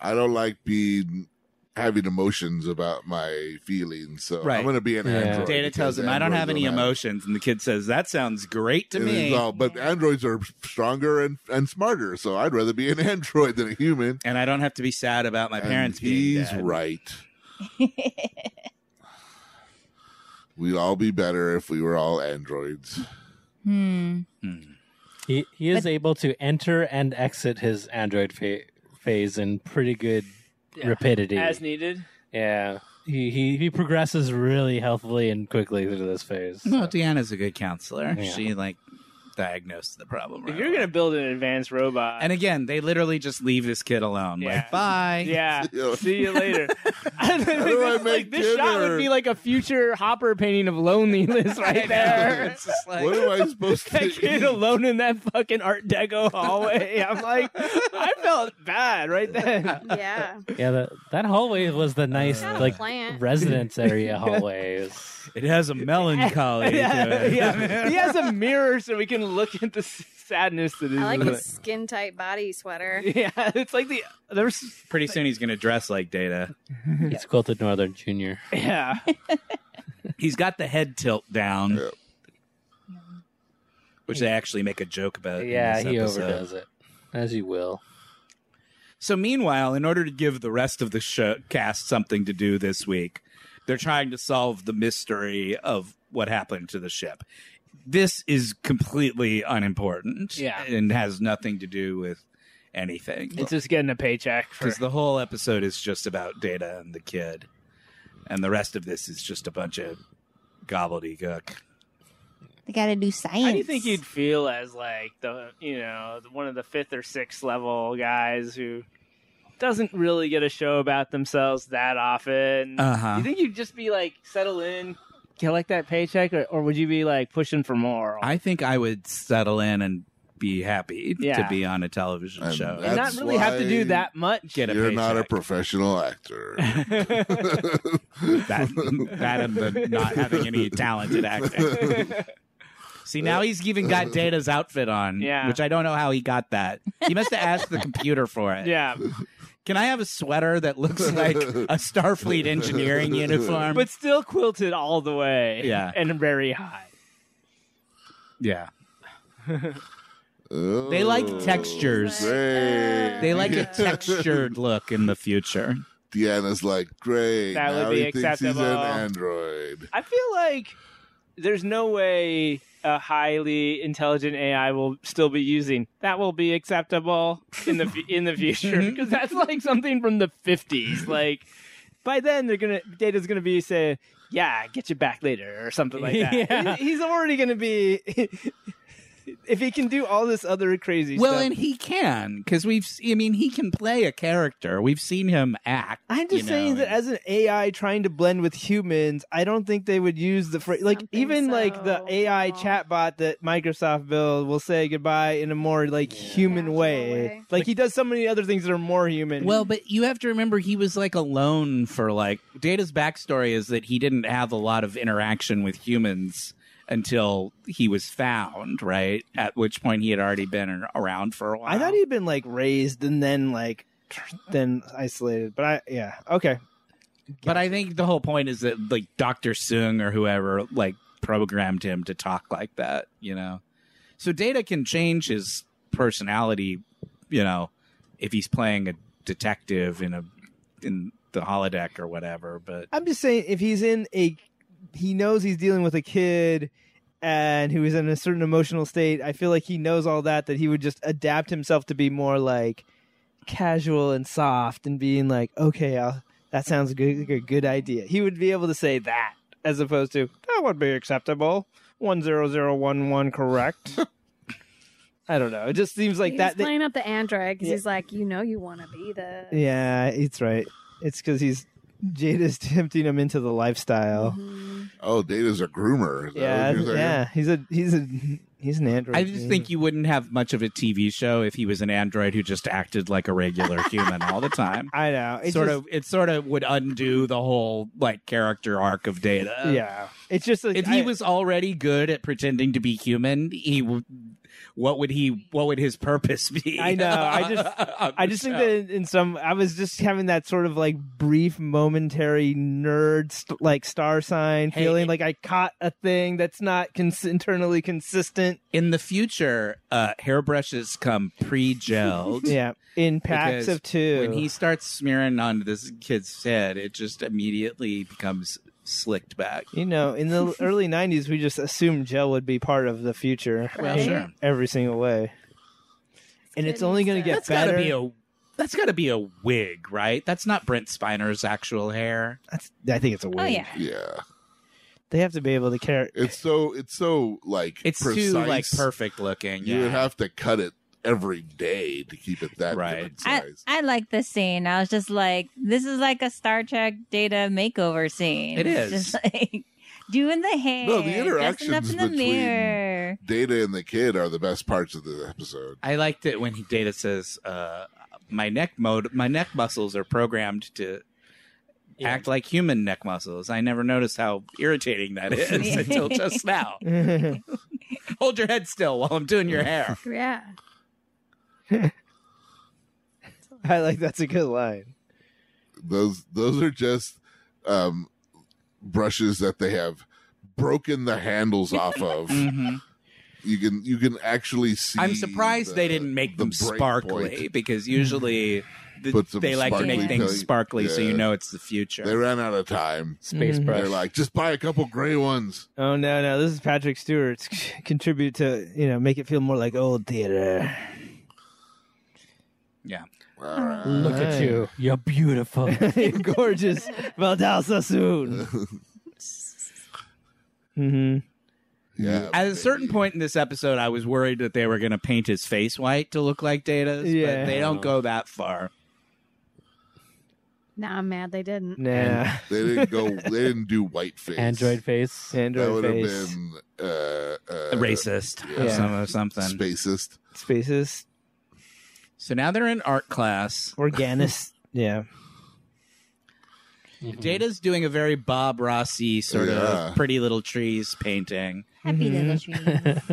Speaker 2: I don't like being having emotions about my feelings, so
Speaker 5: Right.
Speaker 2: I'm gonna be an android.
Speaker 5: Data tells
Speaker 2: because
Speaker 5: him, I don't
Speaker 2: androids
Speaker 5: have any
Speaker 2: don't
Speaker 5: emotions. And the kid says, that sounds great to
Speaker 2: And
Speaker 5: me.
Speaker 2: he's all, but androids are stronger and, and smarter, so I'd rather be an [laughs] android than a human.
Speaker 5: and I don't have to be sad about my
Speaker 2: And
Speaker 5: parents being
Speaker 2: he's
Speaker 5: dead. [laughs]
Speaker 2: right. We'd all be better if we were all androids.
Speaker 11: Hmm.
Speaker 12: He he is
Speaker 11: But-
Speaker 12: able to enter and exit his Android fa- phase in pretty good
Speaker 6: Yeah.
Speaker 12: rapidity.
Speaker 6: as needed.
Speaker 12: yeah. He, he he progresses really healthily and quickly through this phase.
Speaker 5: No, Deanna's a good counselor.
Speaker 12: Yeah.
Speaker 5: She like diagnosed the problem.
Speaker 6: If
Speaker 5: Right
Speaker 6: you're gonna build an advanced robot,
Speaker 5: and again, they literally just leave this kid alone.
Speaker 6: Yeah.
Speaker 5: Like, bye.
Speaker 6: yeah.
Speaker 2: Yeah.
Speaker 6: [laughs] See you [laughs] later. And then
Speaker 2: How do I
Speaker 6: this,
Speaker 2: make
Speaker 6: [laughs] like, this shot
Speaker 2: dinner?
Speaker 6: would be like a future Hopper painting of [laughs] loneliness right there.
Speaker 5: [laughs] It's just like,
Speaker 2: What am
Speaker 5: [laughs]
Speaker 2: I supposed to
Speaker 6: that kid alone in that fucking Art Deco hallway. I'm like, I felt bad right then.
Speaker 9: Yeah.
Speaker 12: Yeah, that that hallway was the nice
Speaker 9: Not a
Speaker 12: like
Speaker 9: plant.
Speaker 12: residence area hallways.
Speaker 5: it has a melancholy [laughs] to
Speaker 6: yeah,
Speaker 5: it.
Speaker 6: yeah. [laughs] He
Speaker 2: [laughs]
Speaker 6: has a mirror so we can look at the s- sadness that is.
Speaker 9: I like
Speaker 6: in [laughs]
Speaker 9: his skin tight body sweater.
Speaker 6: it. [laughs] Yeah, it's like the there's
Speaker 5: Pretty soon he's gonna dress like Data.
Speaker 12: It's quilted Northern Junior.
Speaker 6: yeah.
Speaker 5: He's got the head tilt down,
Speaker 2: Yep.
Speaker 5: which they actually make a joke about. in
Speaker 12: Yeah,
Speaker 5: this
Speaker 12: he
Speaker 5: episode.
Speaker 12: overdoes it, as you will.
Speaker 5: So meanwhile, in order to give the rest of the show cast something to do this week, they're trying to solve the mystery of what happened to the ship. This is completely unimportant
Speaker 6: Yeah.
Speaker 5: and has nothing to do with anything.
Speaker 6: It's just getting a paycheck for.
Speaker 5: Because the whole episode is just about Data and the kid. And the rest of this is just a bunch of gobbledygook.
Speaker 11: They gotta do science.
Speaker 6: How do you think you'd feel as like the you know the- one of the fifth or sixth level guys who doesn't really get a show about themselves that often?
Speaker 5: Uh-huh.
Speaker 6: You think you'd just be like settle in, collect that paycheck, or, or would you be like pushing for more?
Speaker 5: I think I would settle in and be happy to
Speaker 6: Yeah.
Speaker 5: be on a television
Speaker 2: And
Speaker 5: show.
Speaker 2: that-
Speaker 6: and not
Speaker 2: That's
Speaker 6: really have to
Speaker 2: why
Speaker 6: do that much.
Speaker 5: Get a
Speaker 2: You're not a
Speaker 5: paycheck.
Speaker 2: professional actor.
Speaker 5: [laughs]
Speaker 2: [laughs]
Speaker 5: that, that and the not having any talented acting. See, now he's even got Data's outfit on,
Speaker 6: Yeah.
Speaker 5: which I don't know how he got that. He must have asked the computer for it.
Speaker 6: [laughs] yeah,
Speaker 5: Can I have a sweater that [laughs] looks like a Starfleet [laughs] engineering uniform?
Speaker 6: but still quilted all the way. [laughs]
Speaker 5: Yeah.
Speaker 6: and very high.
Speaker 5: yeah. They
Speaker 2: Oh,
Speaker 5: like textures. They
Speaker 2: [laughs]
Speaker 5: like a textured look in the future.
Speaker 2: Deanna's like, great.
Speaker 6: That would
Speaker 2: now
Speaker 6: be
Speaker 2: he thinks he's an
Speaker 6: acceptable.
Speaker 2: android.
Speaker 6: I feel like there's no way a highly intelligent AI will still be using that will be acceptable in the fu- in
Speaker 5: [laughs]
Speaker 6: the future
Speaker 5: Mm-hmm.
Speaker 6: because that's like something from the 50s. Like by then they're gonna data's gonna be say yeah get you back later or something like
Speaker 5: [laughs]
Speaker 6: that.
Speaker 12: Yeah.
Speaker 6: He- He's already gonna be. [laughs] If he can do all this other crazy
Speaker 5: Well,
Speaker 6: stuff.
Speaker 5: and he can because we've. s- I mean, he can play a character. We've seen him act.
Speaker 6: I'm
Speaker 5: you
Speaker 6: just
Speaker 5: know,
Speaker 6: saying that as an AI trying to blend with humans, I don't think they would use the phrase like even like the AI chatbot that Microsoft built will say goodbye in a more like human way. Like he does so many other things that are more human.
Speaker 5: Well, but you have to remember he was like alone for like Data's backstory is that he didn't have a lot of interaction with humans until he was found, right? At which point he had already been ar- around for a while.
Speaker 6: I thought he'd been like raised and then like tr- then isolated. But I yeah okay.
Speaker 5: But I think the whole point is that like Dr. Sung or whoever like programmed him to talk like that, you know. So Data can change his personality, you know, if he's playing a detective in a in the holodeck or whatever, but
Speaker 6: I'm just saying if he's in a he knows he's dealing with a kid and who is in a certain emotional state, I feel like he knows all that that he would just adapt himself to be more like casual and soft and being like, "Okay, I'll, that sounds good like a good idea." He would be able to say that as opposed to that would be acceptable. 10011 correct. I don't know. It just seems like
Speaker 9: he's
Speaker 6: that
Speaker 9: playing up the android because
Speaker 6: Yeah.
Speaker 9: he's like, you know, you want to be the.
Speaker 6: Yeah, it's right. It's cuz he's Jada's [laughs] tempting him into the lifestyle.
Speaker 9: Mm-hmm.
Speaker 2: Oh, Data's a groomer. Is that
Speaker 6: Yeah,
Speaker 2: what you're saying?
Speaker 6: yeah. He's a he's a he's an android.
Speaker 5: I just think you wouldn't have much of a TV show if he was an android who just acted like a
Speaker 6: [laughs]
Speaker 5: regular human all the time.
Speaker 6: I know. It's
Speaker 5: sort
Speaker 6: just-
Speaker 5: of it sort of would undo the whole like character arc of Data.
Speaker 6: Yeah. uh, It's just like
Speaker 5: if he
Speaker 6: I-
Speaker 5: was already good at pretending to be human, he would. What would he? What would his purpose be?
Speaker 6: [laughs] I know. I just
Speaker 5: on
Speaker 6: I
Speaker 5: the
Speaker 6: just think
Speaker 5: show?
Speaker 6: that in some I was just having that sort of like brief momentary nerd st- like star sign feeling like I caught a thing that's not cons-
Speaker 5: [laughs]
Speaker 6: internally consistent.
Speaker 5: in the future, uh, hairbrushes come pre-gelled.
Speaker 6: [laughs] Yeah, in packs
Speaker 5: Because
Speaker 6: of two.
Speaker 5: When he starts smearing on this kid's head, it just immediately becomes slicked back.
Speaker 6: You know,
Speaker 5: [laughs]
Speaker 6: in the early '90s, we just assumed gel would be part of the future.
Speaker 5: Well,
Speaker 6: in
Speaker 5: sure.
Speaker 6: every single way, and it's only going to get
Speaker 5: That's
Speaker 6: better.
Speaker 5: gotta be a that's gotta be a wig, right? That's not Brent Spiner's actual hair.
Speaker 6: That's I think it's a wig.
Speaker 11: Oh, yeah.
Speaker 2: Yeah.
Speaker 6: They have to be able
Speaker 5: [laughs]
Speaker 6: to carry.
Speaker 2: It's so it's so like
Speaker 5: It's
Speaker 2: precise.
Speaker 5: too like perfect looking.
Speaker 2: You would
Speaker 5: Yeah.
Speaker 2: have to cut it every day to keep it that
Speaker 5: Right.
Speaker 2: good
Speaker 11: I,
Speaker 2: size.
Speaker 11: I like this scene. I was just like, this is like a Star Trek data makeover scene.
Speaker 2: It
Speaker 11: It's
Speaker 2: is.
Speaker 11: just [laughs] like doing the hair.
Speaker 2: No, the
Speaker 11: dressing up
Speaker 2: interactions
Speaker 11: in the
Speaker 2: between-
Speaker 11: mirror.
Speaker 2: Data and the kid are the best parts of the episode.
Speaker 5: I liked it when he Data says, uh, "My neck mode, my neck muscles are programmed to act like human neck muscles." I never noticed how
Speaker 2: [laughs]
Speaker 5: irritating that is until just now. Hold your head still while I'm doing your hair.
Speaker 9: [laughs] Yeah.
Speaker 4: [laughs]
Speaker 6: I like that's a good line.
Speaker 2: Those those are just um brushes that they have broken the
Speaker 6: [laughs]
Speaker 2: handles off of. You can you can actually see
Speaker 5: I'm surprised
Speaker 2: the-
Speaker 5: they didn't make
Speaker 2: the
Speaker 5: them
Speaker 2: break
Speaker 5: sparkly
Speaker 2: point.
Speaker 5: because usually th-
Speaker 2: [laughs] Put some
Speaker 5: they like to make
Speaker 2: sparkly
Speaker 5: things
Speaker 2: paint.
Speaker 5: sparkly so
Speaker 2: Yeah.
Speaker 5: you know it's the future.
Speaker 2: They ran out of time.
Speaker 12: Space Mhm. brush.
Speaker 2: They're like, just buy a couple gray ones.
Speaker 6: Oh no, no, this is Patrick Stewart's [laughs] contribute to you know make it feel more like old theater. [laughs]
Speaker 5: yeah.
Speaker 2: All right.
Speaker 12: Look at you. You're beautiful. [laughs]
Speaker 6: You're
Speaker 4: [laughs]
Speaker 6: gorgeous. Valdal Sassoon. mm-hmm.
Speaker 2: Yeah.
Speaker 5: At a certain point in this episode, I was worried that they were going to paint his face white to look like Data's,
Speaker 6: Yeah.
Speaker 5: but they don't go that far.
Speaker 9: Nah, I'm mad they didn't.
Speaker 6: Nah.
Speaker 2: They didn't go. They didn't do white face.
Speaker 12: Android face.
Speaker 2: That
Speaker 6: Android
Speaker 2: would have
Speaker 6: face.
Speaker 2: been uh, uh,
Speaker 5: Racist or
Speaker 6: Yeah.
Speaker 5: some, or something.
Speaker 2: spacist.
Speaker 6: Spaces.
Speaker 5: so now they're in art class.
Speaker 6: [laughs] Organist. yeah.
Speaker 12: Mm-hmm.
Speaker 5: Data's doing a very Bob Rossi sort
Speaker 2: Yeah.
Speaker 5: of pretty little trees painting.
Speaker 11: Happy little tree.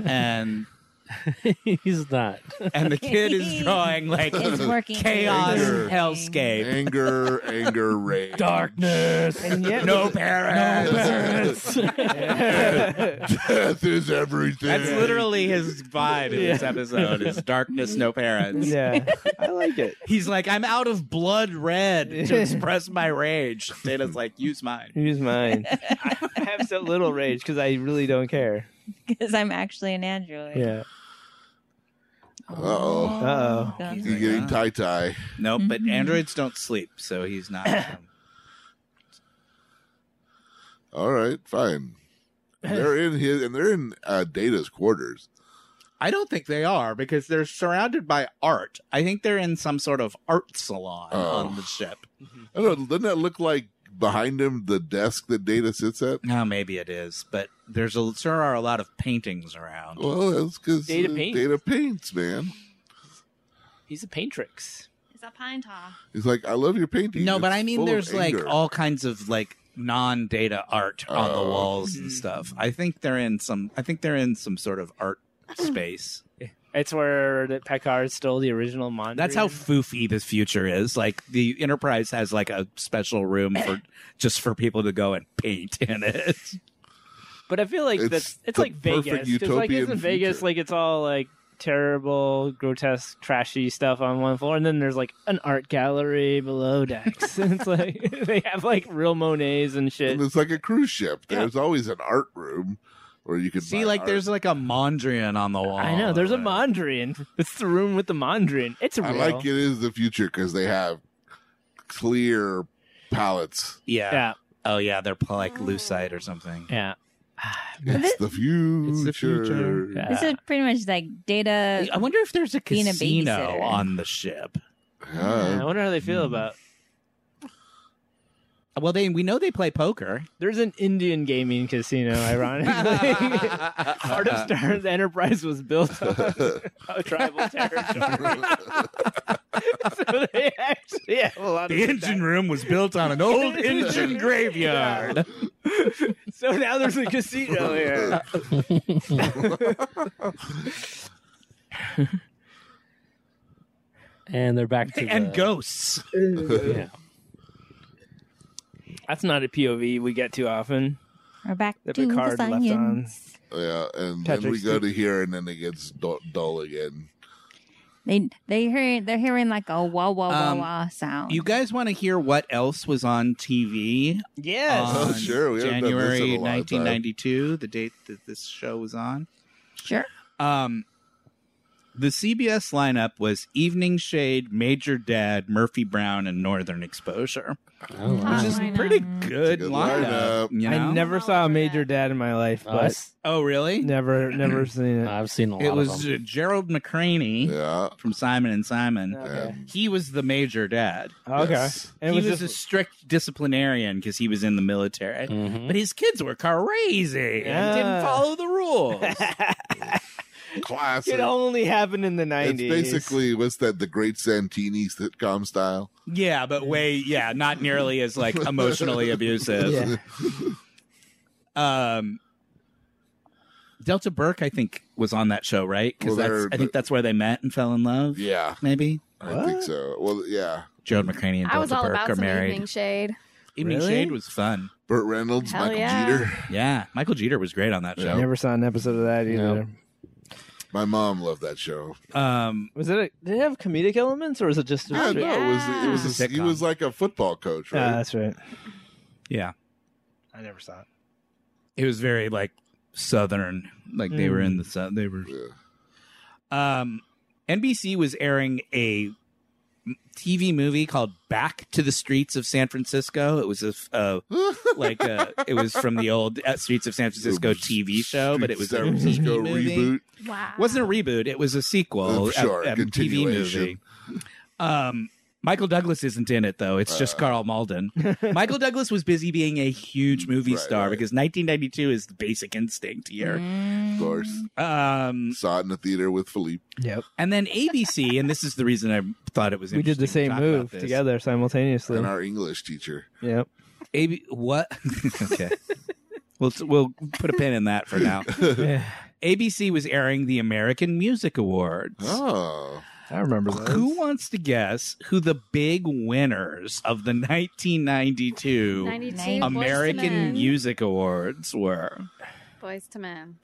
Speaker 5: and
Speaker 12: [laughs] He's not. [laughs]
Speaker 5: And the kid is drawing like
Speaker 2: [laughs]
Speaker 12: It's working.
Speaker 5: chaos
Speaker 2: Anger.
Speaker 5: hellscape.
Speaker 2: Anger,
Speaker 5: [laughs]
Speaker 2: anger, rage. [laughs]
Speaker 12: Darkness.
Speaker 2: And
Speaker 5: yet- No parents.
Speaker 2: No parents. Death is everything.
Speaker 5: That's literally his vibe in this
Speaker 2: Yeah.
Speaker 5: episode is darkness, no
Speaker 6: [laughs]
Speaker 5: parents.
Speaker 4: Yeah. I like it.
Speaker 5: He's like, I'm out of blood red to express my rage. Data's like, use mine.
Speaker 4: Use mine. [laughs] I have so little rage because I really don't care.
Speaker 11: because I'm actually an android.
Speaker 4: Yeah.
Speaker 2: Uh oh.
Speaker 11: Uh-oh.
Speaker 2: He's getting tie tie.
Speaker 5: Nope, but androids don't sleep, so he's [coughs] not.
Speaker 2: All right, fine. They're in his and they're in uh, Data's quarters.
Speaker 5: I don't think they are because they're surrounded by art. I think they're in some sort of art salon on the ship.
Speaker 2: I don't know, doesn't that look like behind him the desk that Data sits at?
Speaker 5: No, maybe it is, but there's a sure are a lot of paintings around.
Speaker 2: Well, that's because
Speaker 5: Data
Speaker 2: Data,
Speaker 5: paints.
Speaker 2: paints, man.
Speaker 6: He's a paintrix.
Speaker 11: Is that pine tar?
Speaker 2: He's like, I love your painting.
Speaker 5: No, but
Speaker 2: It's
Speaker 5: I
Speaker 2: full
Speaker 5: mean,
Speaker 2: of
Speaker 5: there's like
Speaker 2: anger."
Speaker 5: all kinds of like non-data art on
Speaker 2: Oh.
Speaker 5: the walls and stuff. I think they're in some. I think they're in some sort of art space.
Speaker 6: It's where the Packard stole the original Mondrian.
Speaker 5: That's how foofy the future is. Like the Enterprise has like a special room [laughs] for just for people to go and paint in it.
Speaker 6: But I feel like
Speaker 5: It's
Speaker 6: that's it's
Speaker 5: the
Speaker 6: like Vegas.
Speaker 5: perfect
Speaker 6: 'cause, like
Speaker 5: utopian
Speaker 6: isn't Vegas
Speaker 5: future.
Speaker 6: like it's all like terrible, grotesque, trashy stuff on one floor, and then there's like an art gallery below decks, [laughs] and it's like they have like real Monets and shit.
Speaker 2: And it's like a cruise ship. There's always an art room where you can
Speaker 5: See, like there's like a Mondrian on the wall.
Speaker 6: I know there's a Mondrian. It's the room with the Mondrian. It's real.
Speaker 2: I like it is the future because they have clear palettes.
Speaker 5: Yeah.
Speaker 6: Yeah.
Speaker 5: Oh yeah, they're pl- like lucite or something.
Speaker 6: Yeah.
Speaker 2: It's the future. It's the future.
Speaker 11: This is pretty much like data.
Speaker 5: I wonder if there's a
Speaker 11: being
Speaker 5: casino
Speaker 11: babysitter.
Speaker 5: on the ship. Uh,
Speaker 6: I wonder how they feel
Speaker 5: hmm.
Speaker 6: about.
Speaker 5: Well, they we know they play poker.
Speaker 6: There's an Indian gaming casino,
Speaker 5: [laughs]
Speaker 6: ironically. [laughs] Part
Speaker 2: Uh,
Speaker 6: of Star's Enterprise was built
Speaker 2: [laughs]
Speaker 6: on [laughs] a tribal territory. [laughs] so they actually have a lot
Speaker 5: The
Speaker 6: of
Speaker 5: engine room was built on an old engine graveyard.
Speaker 6: So now there's a casino
Speaker 2: uh,
Speaker 6: here.
Speaker 12: And they're back to
Speaker 6: And
Speaker 12: the-
Speaker 6: ghosts.
Speaker 12: yeah.
Speaker 6: That's not a POV we get too often.
Speaker 11: We're back
Speaker 6: The
Speaker 11: to
Speaker 6: Picard left
Speaker 11: the
Speaker 6: on.
Speaker 11: onions.
Speaker 2: Yeah, and then
Speaker 6: Patrick
Speaker 2: we go
Speaker 6: Stewart.
Speaker 2: to here, and then it gets dull, dull again.
Speaker 11: They they hear they're hearing like a wah wah wah
Speaker 5: Um,
Speaker 11: wah sound.
Speaker 5: You guys want to hear what else was on TV?
Speaker 6: Yes.
Speaker 5: on
Speaker 2: Oh, sure, we haven't done this in a
Speaker 5: January
Speaker 2: long time.
Speaker 5: 1992, the date that this show was on.
Speaker 11: Sure.
Speaker 5: Um, the CBS lineup was Evening Shade, Major Dad, Murphy Brown, and Northern Exposure,
Speaker 12: Oh,
Speaker 6: wow.
Speaker 5: which is
Speaker 6: Hot
Speaker 5: pretty good,
Speaker 6: good
Speaker 5: lineup.
Speaker 6: lineup.
Speaker 5: you know?
Speaker 6: I never saw a major dad in my
Speaker 2: Uh,
Speaker 6: life, but
Speaker 5: Oh, really?
Speaker 6: never, never seen
Speaker 2: [laughs]
Speaker 6: it.
Speaker 12: I've seen a lot
Speaker 5: It
Speaker 12: of
Speaker 5: was
Speaker 12: them.
Speaker 5: uh, Gerald McCraney from Simon and Simon.
Speaker 6: Okay.
Speaker 5: He was the major dad.
Speaker 6: Okay. Yes. And
Speaker 5: he
Speaker 6: was
Speaker 5: was,
Speaker 6: this-
Speaker 5: a strict disciplinarian because he was in the military,
Speaker 12: Mm-hmm.
Speaker 5: but his kids were crazy and
Speaker 6: Mm-hmm. Yeah.
Speaker 5: didn't follow the rules.
Speaker 6: [laughs]
Speaker 2: [laughs] Classic.
Speaker 6: It only happened in the
Speaker 2: It's
Speaker 6: nineties.
Speaker 2: basically what's that? The Great Santini sitcom style.
Speaker 5: yeah, but way yeah, not nearly as like emotionally abusive. Um, Delta Burke, I think, was on that show, right? Because
Speaker 2: Well,
Speaker 5: that's
Speaker 2: they're-
Speaker 5: I think that's where they met and fell in love.
Speaker 2: Yeah,
Speaker 5: maybe.
Speaker 2: I think so. Well, yeah.
Speaker 5: Gerald McCraney and
Speaker 9: I was
Speaker 5: Delta
Speaker 9: all
Speaker 5: Burke
Speaker 9: about
Speaker 5: are
Speaker 9: some
Speaker 5: married.
Speaker 9: evening shade.
Speaker 5: Evening
Speaker 9: Really?
Speaker 5: Shade was fun.
Speaker 2: Burt Reynolds,
Speaker 9: Hell Michael yeah. Jeter.
Speaker 5: Yeah, Michael Jeter was great on that show.
Speaker 6: Never saw an episode of that either.
Speaker 2: My mom loved that show.
Speaker 5: Um,
Speaker 6: was it? A, did it have comedic elements, or was it just? A
Speaker 2: Yeah, no,
Speaker 6: straight-
Speaker 2: it was. It was. a- he was like a football coach, right?
Speaker 6: Ah, that's right.
Speaker 5: Yeah,
Speaker 6: I never saw it.
Speaker 5: it was very like southern. Like they were
Speaker 6: Mm.
Speaker 5: in the south. They were. Um, NBC was airing a m- TV movie called Back to the Streets of San Francisco. It was a f- uh, like uh it was from the old uh, Streets of San Francisco TV show, but it was a
Speaker 2: San Francisco
Speaker 5: Francisco movie.
Speaker 2: reboot.
Speaker 11: Wow.
Speaker 5: Wasn't a reboot. It was a sequel.
Speaker 2: Uh, sure,
Speaker 5: a- a TV movie.
Speaker 2: continuation.
Speaker 5: Um, Michael Douglas isn't in it though. It's just
Speaker 2: Uh.
Speaker 5: Carl Malden. Michael Douglas was busy being a huge movie
Speaker 2: Right,
Speaker 5: star because 1992 is the Basic Instinct year.
Speaker 11: Mm.
Speaker 2: Of course.
Speaker 6: Mm-hmm.
Speaker 5: Um,
Speaker 2: Saw it in the theater with Philippe.
Speaker 6: Yep.
Speaker 5: And then ABC, and this is the reason I thought it was.
Speaker 6: We did
Speaker 5: interesting
Speaker 6: the
Speaker 5: to
Speaker 6: same
Speaker 5: talk about
Speaker 6: move
Speaker 5: this.
Speaker 6: together simultaneously.
Speaker 2: and our English teacher.
Speaker 6: Yep.
Speaker 5: [laughs] AB, what? okay. We'll, we'll put a pin in that for now.
Speaker 6: Yeah.
Speaker 5: ABC was airing the American Music Awards.
Speaker 2: Oh.
Speaker 13: I remember
Speaker 5: Who wants to guess who the big winners of the 1992
Speaker 9: 92 Boyz II
Speaker 5: American
Speaker 9: Men.
Speaker 5: Music Awards were?
Speaker 9: Boys to men.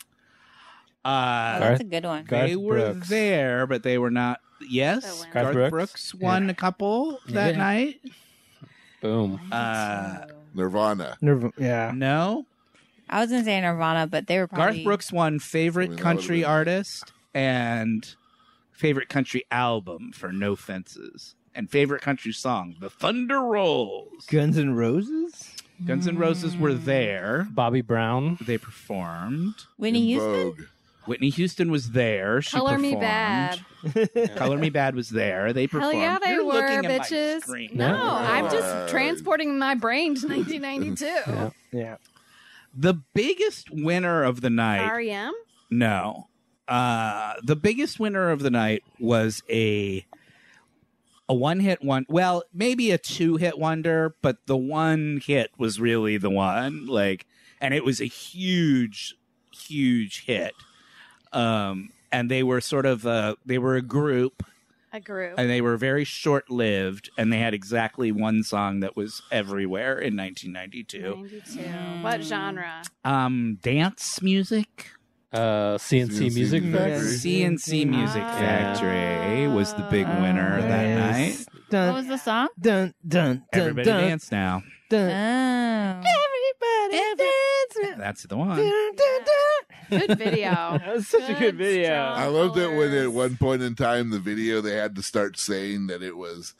Speaker 5: Uh,
Speaker 9: Oh, that's a good one.
Speaker 5: They
Speaker 9: Garth
Speaker 5: were
Speaker 9: Brooks.
Speaker 5: there, but they were not. Yes,
Speaker 9: The
Speaker 5: Garth,
Speaker 9: winner.
Speaker 5: Brooks.
Speaker 9: Garth
Speaker 5: won a couple that
Speaker 9: Yeah.
Speaker 5: night.
Speaker 12: Boom.
Speaker 5: Uh,
Speaker 2: Nirvana.
Speaker 6: Nirv- yeah.
Speaker 5: No.
Speaker 11: I was gonna say Nirvana, but they were probably
Speaker 5: Garth Brooks won favorite
Speaker 11: I mean, that would've
Speaker 5: country artist and favorite country album for No Fences and favorite country song, The Thunder Rolls.
Speaker 6: Guns and Roses.
Speaker 5: Guns N' Roses were
Speaker 9: Mm.
Speaker 5: there.
Speaker 12: Bobby Brown.
Speaker 5: They performed.
Speaker 11: Whitney Houston.
Speaker 5: Whitney Houston was there. She
Speaker 9: Color Me
Speaker 5: performed.
Speaker 9: Bad.
Speaker 5: Color Me Bad was there. They
Speaker 9: Hell
Speaker 5: performed.
Speaker 9: yeah, they
Speaker 5: You're
Speaker 9: were,
Speaker 5: looking at my
Speaker 9: bitches.
Speaker 5: screen.
Speaker 9: No,
Speaker 5: Yeah.
Speaker 9: I'm
Speaker 5: Right.
Speaker 9: just transporting my brain
Speaker 5: [laughs]
Speaker 9: to 1992.
Speaker 6: Yeah.
Speaker 5: The biggest winner of the night.
Speaker 9: REM?
Speaker 5: No. Uh the biggest winner of the night was a a one hit one well, maybe a two hit wonder, but the one hit was really the one. Like and it was a huge, huge hit. Um and they were sort of uh they were a group
Speaker 9: A group.
Speaker 5: and they were very short lived and they had exactly one song that was everywhere in nineteen ninety two.
Speaker 9: 92. What genre?
Speaker 5: Um dance music.
Speaker 12: Uh CNC, Music Factory.
Speaker 5: CNC Music Factory was the big winner that night.
Speaker 6: Dun,
Speaker 11: What was the song?
Speaker 6: dun dun dun
Speaker 5: Everybody
Speaker 6: dun,
Speaker 5: dance now.
Speaker 11: Oh.
Speaker 6: dun.
Speaker 11: Everybody dance.
Speaker 5: That's the one.
Speaker 9: Good
Speaker 6: [laughs]
Speaker 9: video. that
Speaker 6: was such a good video.
Speaker 2: I love that when at one point in time the video they had to start saying that it was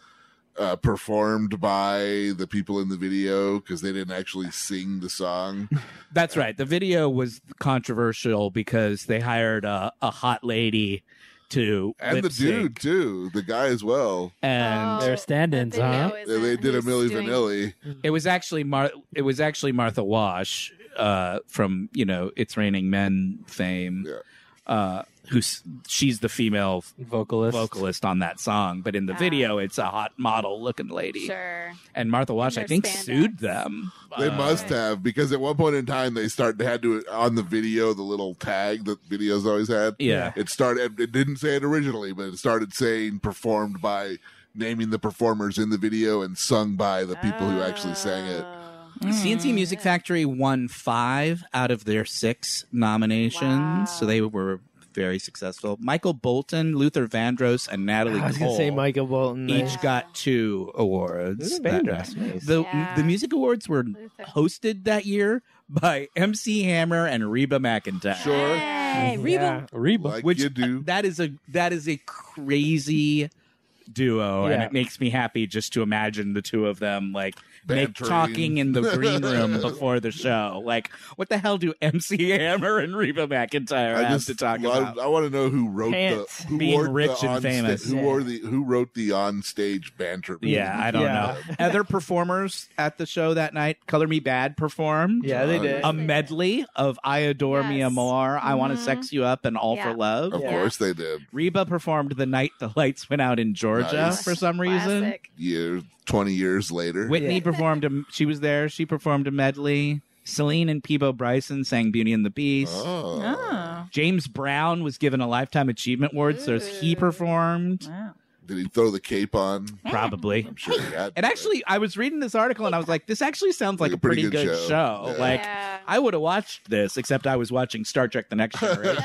Speaker 2: uh, performed by the people in the video because they didn't
Speaker 5: [laughs]
Speaker 2: actually sing the song.
Speaker 5: That's right. The video was controversial because they hired a, a hot lady to
Speaker 2: And the
Speaker 5: lip sync.
Speaker 2: dude too, the guy as well.
Speaker 5: and
Speaker 12: They're stand-ins, huh?
Speaker 2: They, they did a Milli Vanilli.
Speaker 5: It was actually Mar- it was actually Martha Wash uh, from you know It's Raining Men fame, uh, who's she's the female
Speaker 12: vocalist
Speaker 5: vocalist on that song, but in the video it's a hot model looking lady.
Speaker 9: Sure.
Speaker 5: And Martha Wash, I
Speaker 9: their
Speaker 5: think,
Speaker 9: spandex.
Speaker 5: sued them.
Speaker 2: They
Speaker 5: Uh,
Speaker 2: must have because at one point in time they start they had to on the video the little tag that videos always had.
Speaker 5: Yeah.
Speaker 2: it started. It didn't say it originally, but it started saying performed by naming the performers in the video and sung by the people who actually sang it.
Speaker 11: Hmm. Mm.
Speaker 5: CNC Music Factory won five out of their six nominations, so they were very successful. Michael Bolton, Luther Vandross, and Natalie
Speaker 6: I was
Speaker 5: Cole
Speaker 6: gonna say Michael Bolton.
Speaker 5: each got two awards.
Speaker 6: Ooh,
Speaker 5: that
Speaker 6: Vandross,
Speaker 5: night.
Speaker 6: nice.
Speaker 5: The
Speaker 6: Yeah.
Speaker 5: the music awards were hosted that year by MC Hammer and Reba McIntyre.
Speaker 9: Oh.
Speaker 2: Sure.
Speaker 11: Hey,
Speaker 5: Reba,
Speaker 12: Reba,
Speaker 2: [laughs]
Speaker 5: which that is a that is a crazy duo, and
Speaker 12: Yeah.
Speaker 5: it makes me happy just to imagine the two of them like make
Speaker 12: Bantering.
Speaker 5: talking
Speaker 2: [laughs]
Speaker 5: in the green room before the show. Like, what the hell do MC Hammer and Reba McIntyre
Speaker 2: I
Speaker 5: have
Speaker 2: just
Speaker 5: to talk
Speaker 2: love-
Speaker 5: about?
Speaker 2: I want to know who wrote
Speaker 5: Pants.
Speaker 2: the who
Speaker 5: Being
Speaker 2: wore
Speaker 5: rich
Speaker 2: the
Speaker 5: and
Speaker 2: on sta-
Speaker 5: famous.
Speaker 2: who
Speaker 5: Yeah.
Speaker 2: wore the who wrote the on stage banter?
Speaker 5: Yeah, I don't know. Other performers at the show that night, Color Me Bad performed.
Speaker 6: Yeah, they did.
Speaker 5: A medley of I Adore Mia Moore, I Want to Sex You Up, and All
Speaker 9: Yeah.
Speaker 5: for Love.
Speaker 2: Of course they did.
Speaker 5: Reba performed the night the lights went out in Georgia
Speaker 2: Nice.
Speaker 5: for some reason.
Speaker 2: Year twenty years later,
Speaker 5: Whitney performed a, she was there, she performed a medley. Celine and Peebo Bryson sang Beauty and the Beast.
Speaker 11: Oh.
Speaker 5: James Brown was given a Lifetime Achievement Award, so he performed.
Speaker 2: Did he throw the cape on?
Speaker 5: Probably.
Speaker 2: I'm sure he had.
Speaker 5: And actually, I was reading this article and I was like, this actually sounds like, a pretty, good, show.
Speaker 2: Yeah.
Speaker 5: Like, [laughs] I would have watched this, except I was watching Star Trek The Next Generation.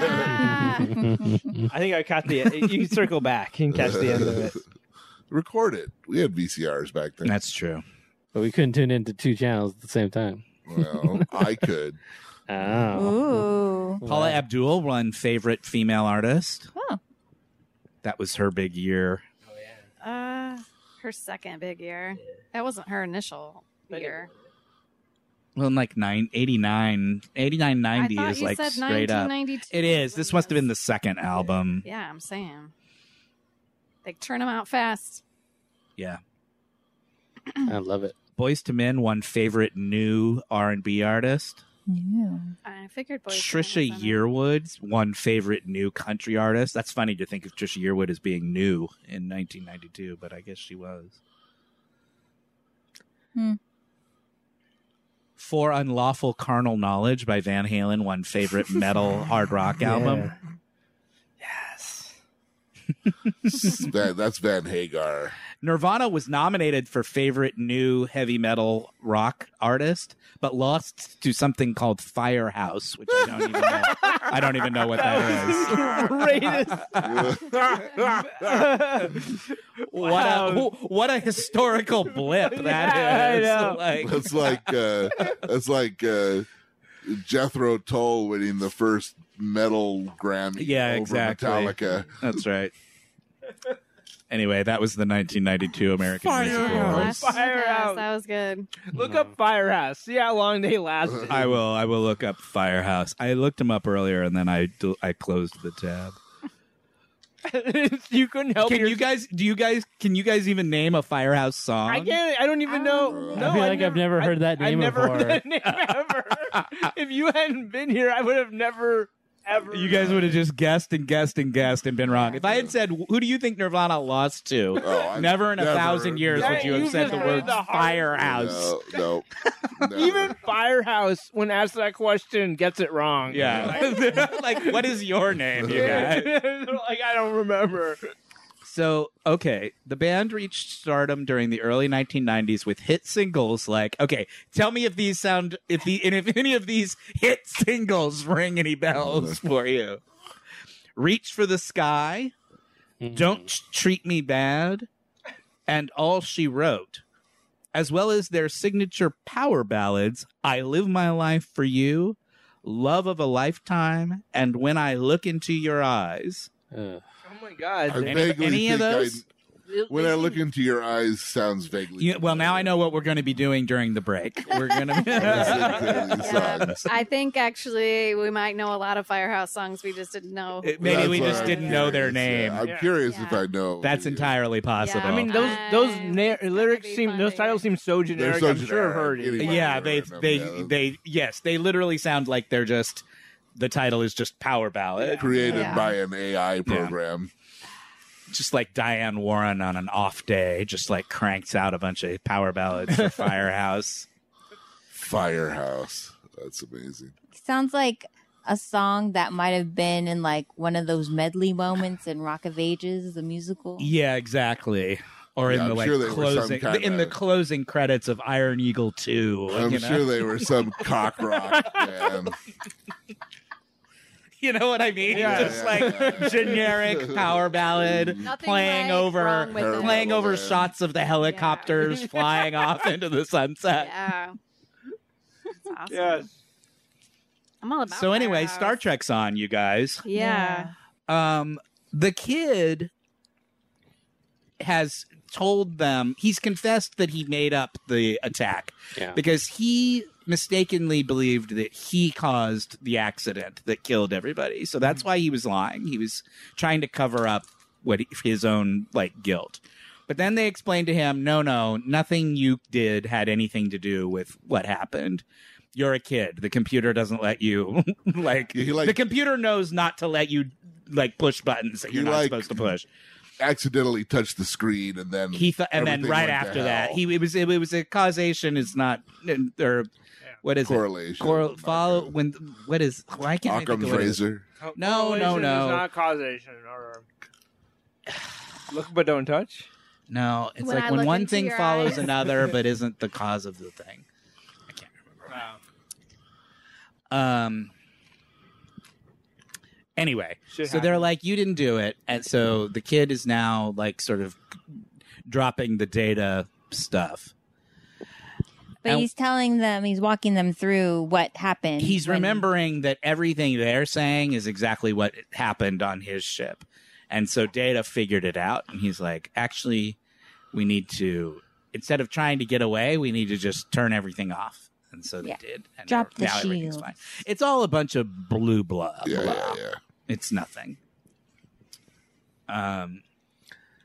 Speaker 6: I think I caught the. You circle back and catch the end of it.
Speaker 2: Record it. We had VCRs back then.
Speaker 5: That's true.
Speaker 12: [laughs] But we couldn't tune into two channels at the same time.
Speaker 2: Well, I
Speaker 5: [laughs]
Speaker 2: could.
Speaker 5: Mm-hmm.
Speaker 12: Oh.
Speaker 5: Paula Abdul won Favorite Female Artist.
Speaker 11: Oh.
Speaker 5: That was her big year.
Speaker 9: Uh, her second big year. That wasn't her initial year.
Speaker 5: Well, in like nine, 89, 89, 90
Speaker 9: I thought
Speaker 5: is
Speaker 9: you
Speaker 5: like
Speaker 9: said
Speaker 5: straight up.
Speaker 9: 1992.
Speaker 5: It is. This must have been the second album.
Speaker 9: Yeah, I'm saying. They turn them out fast.
Speaker 5: Yeah.
Speaker 12: I love it.
Speaker 5: Boys to Men won Favorite New R&B Artist.
Speaker 11: Yeah.
Speaker 9: I figured boys.
Speaker 5: Trisha Yearwood's one favorite new country artist. That's funny to think of Trisha Yearwood as being new in 1992,
Speaker 9: Hmm.
Speaker 5: but I guess she was. For Unlawful Carnal Knowledge by Van Halen, one favorite
Speaker 9: [laughs]
Speaker 5: metal hard rock album.
Speaker 2: That- that's Van
Speaker 5: [laughs]
Speaker 2: Hagar.
Speaker 5: Nirvana was nominated for favorite new heavy metal rock artist, but lost to something called Firehouse, which I don't even know. I don't even know what
Speaker 2: [laughs]
Speaker 6: [laughs]
Speaker 5: that is. what a what a historical blip
Speaker 2: [laughs] Yeah,
Speaker 5: that
Speaker 2: I
Speaker 5: is!
Speaker 2: know.
Speaker 5: Like-
Speaker 2: that's like uh, that's like uh, Jethro Tull winning the first metal Grammy.
Speaker 5: Yeah,
Speaker 2: over
Speaker 5: exactly.
Speaker 2: Metallica.
Speaker 5: That's right. Anyway, that was the 1992 American Music Awards.
Speaker 9: Firehouse. Firehouse. That was good.
Speaker 6: Look up Firehouse. See how long they [laughs] lasted.
Speaker 5: I will. I will look up Firehouse. I looked him up earlier, and then I del- I closed the tab.
Speaker 6: you couldn't help.
Speaker 5: can
Speaker 6: your-
Speaker 5: you guys? Do you guys? Can you guys even name a Firehouse song?
Speaker 6: I can't. I don't even know. No,
Speaker 12: I feel like I've never heard that
Speaker 6: I
Speaker 12: name
Speaker 6: never
Speaker 12: before.
Speaker 6: heard that name [laughs]
Speaker 12: [laughs]
Speaker 6: ever. if you hadn't been here, I would have never ever.
Speaker 5: You guys would have just guessed and guessed and guessed and been wrong. If I had said, "Who do you think Nirvana lost
Speaker 6: [laughs]
Speaker 5: to?"
Speaker 2: Oh, I-
Speaker 5: never in a
Speaker 2: never.
Speaker 5: thousand years
Speaker 6: Yeah,
Speaker 5: would you have
Speaker 6: you've
Speaker 5: said
Speaker 6: just
Speaker 5: the
Speaker 6: made
Speaker 5: word
Speaker 6: the hardest-
Speaker 5: Firehouse.
Speaker 2: No, no.
Speaker 6: Even Firehouse, when asked that question, gets it
Speaker 5: [laughs]
Speaker 6: wrong. [laughs]
Speaker 5: Yeah. [laughs] like, what is your name, you guys?
Speaker 6: like I don't remember.
Speaker 5: So, okay, the band reached stardom during the early 1990s with hit singles like, okay, tell me if these sound if the and if any of these hit singles ring any
Speaker 6: [laughs]
Speaker 5: bells for you. Reach for the Sky, Don't Treat Me Bad, and All She Wrote, as well as their signature power ballads I Live My Life for You, Love of a Lifetime, and When I Look Into Your Eyes.
Speaker 12: Uh,
Speaker 6: Oh my god!
Speaker 2: I vaguely
Speaker 5: any of
Speaker 2: think I-
Speaker 5: those?
Speaker 2: when I look into your eyes, sounds vaguely.
Speaker 5: You, well, now I know what we're going to be doing during the break. We're going
Speaker 9: [laughs]
Speaker 5: to
Speaker 9: I think actually we might know a lot of Firehouse songs. We just didn't know.
Speaker 5: It- maybe
Speaker 2: That's
Speaker 5: we
Speaker 2: what
Speaker 5: just
Speaker 2: I'm
Speaker 5: didn't know their
Speaker 2: curious, yeah.
Speaker 5: name.
Speaker 2: I'm curious if I know.
Speaker 5: [laughs] That's entirely possible.
Speaker 6: I mean, those those na- lyrics seem those titles seem so generic.
Speaker 2: so
Speaker 6: I'm sure I've
Speaker 2: generic.
Speaker 6: heard it.
Speaker 5: yeah, they they they yes, they literally sound like they're just the title is just power ballad
Speaker 2: created
Speaker 5: Yeah.
Speaker 2: by an AI program.
Speaker 5: Just like Diane Warren on an off day, just like cranks out a bunch of power ballads
Speaker 2: [laughs]
Speaker 5: for Firehouse.
Speaker 2: Firehouse. That's amazing.
Speaker 11: Sounds like a song that might have been in like one of those medley moments in Rock of Ages, the musical.
Speaker 5: Yeah, exactly. Or
Speaker 2: Yeah,
Speaker 5: in the
Speaker 2: I'm
Speaker 5: like
Speaker 2: sure they were some
Speaker 5: closing
Speaker 2: kind
Speaker 5: in the
Speaker 2: of-
Speaker 5: closing credits of Iron Eagle Two.
Speaker 2: I'm
Speaker 5: you know?
Speaker 2: sure they were some cock rock band.
Speaker 5: [laughs] You know what I mean?
Speaker 2: Yeah, yeah,
Speaker 5: Just like
Speaker 2: yeah, yeah. [laughs]
Speaker 5: generic power ballad
Speaker 9: Nothing
Speaker 5: playing
Speaker 9: like
Speaker 5: over
Speaker 9: wrong with it.
Speaker 5: playing over
Speaker 2: Yeah.
Speaker 5: shots of the helicopters flying off into
Speaker 2: [laughs]
Speaker 5: the sunset.
Speaker 9: Yeah. That's awesome.
Speaker 6: Yes.
Speaker 9: I'm all about
Speaker 5: So anyway,
Speaker 9: Firehouse.
Speaker 5: Star Trek's on, you guys.
Speaker 9: Yeah.
Speaker 5: Um the kid has told them he's confessed that he made up the attack
Speaker 12: Yeah.
Speaker 5: because he mistakenly believed that he caused the accident that killed everybody. So that's why he was lying. He was trying to cover up what he- his own like guilt. But then they explained to him, "No, no, nothing you did had anything to do with what happened." You're a kid. The computer doesn't let you [laughs] like,
Speaker 2: he, like-
Speaker 5: the computer knows not to let you like push buttons that
Speaker 2: He,
Speaker 5: you're not
Speaker 2: like,
Speaker 5: supposed to push.
Speaker 2: Accidentally touched the screen, and then
Speaker 5: He th- and then
Speaker 2: mm, everything
Speaker 5: right
Speaker 2: went to
Speaker 5: after that,
Speaker 2: hell.
Speaker 5: he it was it, was a causation is not or what is
Speaker 2: Correlation, uh,
Speaker 5: it? Correlation. Follow when what is why can't I think
Speaker 2: Occam's
Speaker 5: of what it is?
Speaker 2: razor.
Speaker 5: No, no,
Speaker 6: Correlation
Speaker 5: no.
Speaker 6: Is not causation
Speaker 5: [sighs]
Speaker 6: or look but don't touch.
Speaker 5: No, it's
Speaker 6: When
Speaker 5: like
Speaker 6: I
Speaker 5: when
Speaker 6: look
Speaker 5: one
Speaker 6: into
Speaker 5: thing
Speaker 6: your
Speaker 5: follows
Speaker 6: eyes. [laughs]
Speaker 5: another but isn't the cause of the thing. Um. Anyway,
Speaker 6: Shit
Speaker 5: so they're
Speaker 6: happens.
Speaker 5: like, "You didn't do it," and so the kid is now like sort of dropping the data stuff.
Speaker 11: But
Speaker 5: And-
Speaker 11: he's telling them, he's walking them through what happened.
Speaker 5: He's
Speaker 11: when-
Speaker 5: remembering that everything they're saying is exactly what happened on his ship, and so Data figured it out, and he's like, "Actually, we need to instead of trying to get away, we need to just turn everything off." And so they
Speaker 11: Yeah.
Speaker 5: did. And
Speaker 11: Drop the
Speaker 5: now everything's
Speaker 11: shield.
Speaker 5: fine. It's all a bunch of blue blah.
Speaker 2: Yeah,
Speaker 5: blah.
Speaker 2: yeah, yeah.
Speaker 5: It's nothing. Um,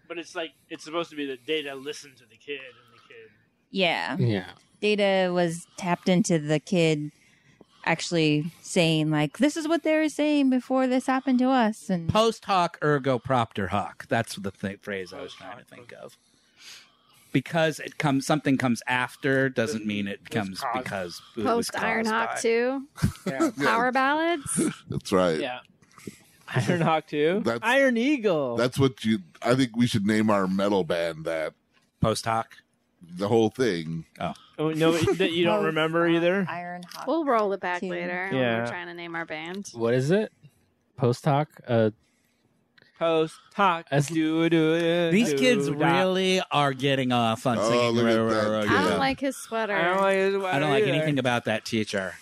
Speaker 13: But it's like it's supposed to be that Data listened to the kid, and the kid.
Speaker 11: Yeah.
Speaker 12: Yeah.
Speaker 11: Data was tapped into the kid actually saying, like, this is what they were saying before this happened to us. And
Speaker 5: post hoc ergo propter hoc. That's the th- phrase I was trying to think of. because it comes something comes after doesn't mean it comes
Speaker 13: caused.
Speaker 5: because it was
Speaker 9: Post Iron
Speaker 5: caused
Speaker 9: Hawk
Speaker 5: by-
Speaker 9: 2. Power ballads.
Speaker 2: [laughs] That's right.
Speaker 9: Yeah.
Speaker 6: Iron Hawk 2.
Speaker 2: That's-
Speaker 6: Iron Eagle.
Speaker 2: That's what you. I think we should name our metal band that.
Speaker 5: Post hoc.
Speaker 2: The whole thing.
Speaker 5: Oh.
Speaker 6: Oh, no, that you [laughs] don't remember either?
Speaker 9: uh, Iron Hawk. We'll roll it back later when
Speaker 12: Yeah.
Speaker 9: we're trying to name our band.
Speaker 12: What is it? Post hoc. Uh,
Speaker 6: Post talk. Do, do, do,
Speaker 5: These
Speaker 6: do,
Speaker 5: kids
Speaker 6: da.
Speaker 5: really are getting off on
Speaker 2: Oh,
Speaker 5: singing.
Speaker 2: look at that
Speaker 5: I
Speaker 9: I don't like his sweater.
Speaker 6: I don't like his sweater
Speaker 5: I don't like
Speaker 6: either.
Speaker 5: anything about that teacher.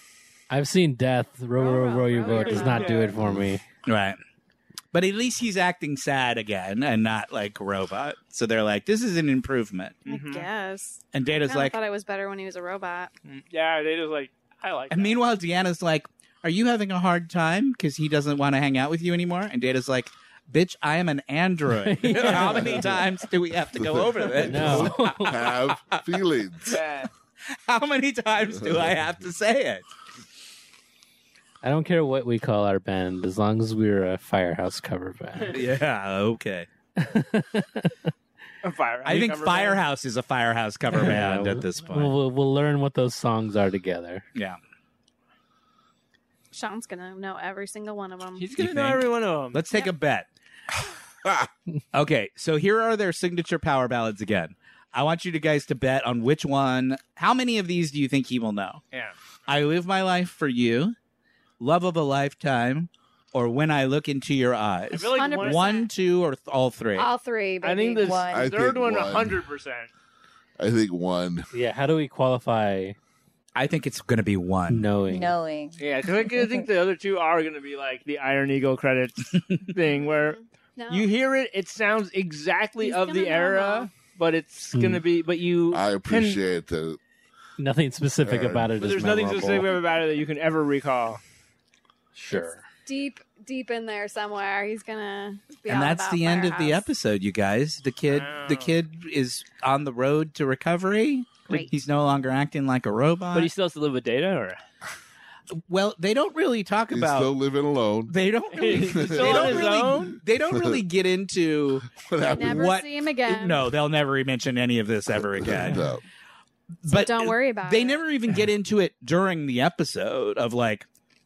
Speaker 12: I've seen death. Row, row, row, your boat does not do it for me.
Speaker 5: Right. But at least he's acting sad again and not like a robot. So they're like, this is an improvement.
Speaker 6: Mm-hmm.
Speaker 13: Mm-hmm.
Speaker 9: I guess.
Speaker 5: And
Speaker 9: I
Speaker 5: Data's
Speaker 9: kinda
Speaker 5: like,
Speaker 9: thought I was better when he was a robot.
Speaker 13: Yeah, they just like I like.
Speaker 5: and meanwhile, Deanna's like, are you having a hard time? Because he doesn't want to hang out with you anymore. And Data's like, bitch, I am an android. [laughs] How many times do we have to go
Speaker 2: [laughs]
Speaker 5: over this?
Speaker 2: No. Have feelings.
Speaker 5: [laughs] How many times do I have to say it?
Speaker 12: I don't care what we call our band, as long as we're a firehouse cover band.
Speaker 5: Yeah, okay.
Speaker 13: A firehouse.
Speaker 5: I think
Speaker 13: cover
Speaker 5: Firehouse is a Firehouse cover band at this point.
Speaker 12: We'll, we'll, we'll learn what those songs are together.
Speaker 5: Yeah.
Speaker 9: Sean's gonna know every single one of them.
Speaker 6: He's
Speaker 5: You
Speaker 6: gonna know
Speaker 5: think?
Speaker 6: every one of them.
Speaker 5: Let's take a bet. okay, so here are their signature power ballads again. I want you to guys to bet on which one. How many of these do you think he will know?
Speaker 13: Yeah.
Speaker 5: I live my life for you, love of a lifetime, or when I look into your eyes.
Speaker 13: I feel like one-
Speaker 5: one, two, or th- all three.
Speaker 9: All three. Baby.
Speaker 13: I think this
Speaker 2: I
Speaker 13: the third
Speaker 2: think
Speaker 13: one,
Speaker 2: one.
Speaker 13: hundred percent.
Speaker 2: I think one.
Speaker 12: Yeah. How do we qualify?
Speaker 5: I think it's going to be one.
Speaker 12: Knowing.
Speaker 11: knowing.
Speaker 13: Yeah, because I think the other two are going to be like the Iron Eagle [laughs] credits thing, where
Speaker 9: No.
Speaker 13: you hear it, it sounds exactly
Speaker 9: He's
Speaker 13: of
Speaker 9: gonna
Speaker 13: the
Speaker 9: know
Speaker 13: era, but it's going to be, but you,
Speaker 2: I appreciate that.
Speaker 12: Nothing specific
Speaker 2: Fair.
Speaker 12: about it
Speaker 13: but
Speaker 12: is
Speaker 13: there's nothing
Speaker 12: memorable.
Speaker 13: specific about it that you can ever recall.
Speaker 12: Sure.
Speaker 9: deep, deep in there somewhere. He's gonna. Be
Speaker 5: and
Speaker 9: all
Speaker 5: that's
Speaker 9: about
Speaker 5: the end of the
Speaker 9: Firehouse.
Speaker 5: episode, you guys. The kid, the
Speaker 13: Wow.
Speaker 5: kid is on the road to recovery.
Speaker 9: Great.
Speaker 5: He's no longer acting like a robot.
Speaker 13: But he still has to live with data, or
Speaker 5: well, they don't really talk
Speaker 2: He's
Speaker 5: about
Speaker 2: still living alone.
Speaker 5: [laughs] They don't really.
Speaker 13: He's
Speaker 5: they
Speaker 13: still on
Speaker 5: don't
Speaker 13: his
Speaker 5: really.
Speaker 13: own?
Speaker 5: They don't really get into
Speaker 2: What happened?
Speaker 9: Never
Speaker 5: what.
Speaker 9: see him again.
Speaker 5: No, they'll never mention any of this [laughs] ever again.
Speaker 2: No.
Speaker 5: But
Speaker 9: Don't worry about
Speaker 5: They
Speaker 9: it.
Speaker 5: never even get into it during the episode of like.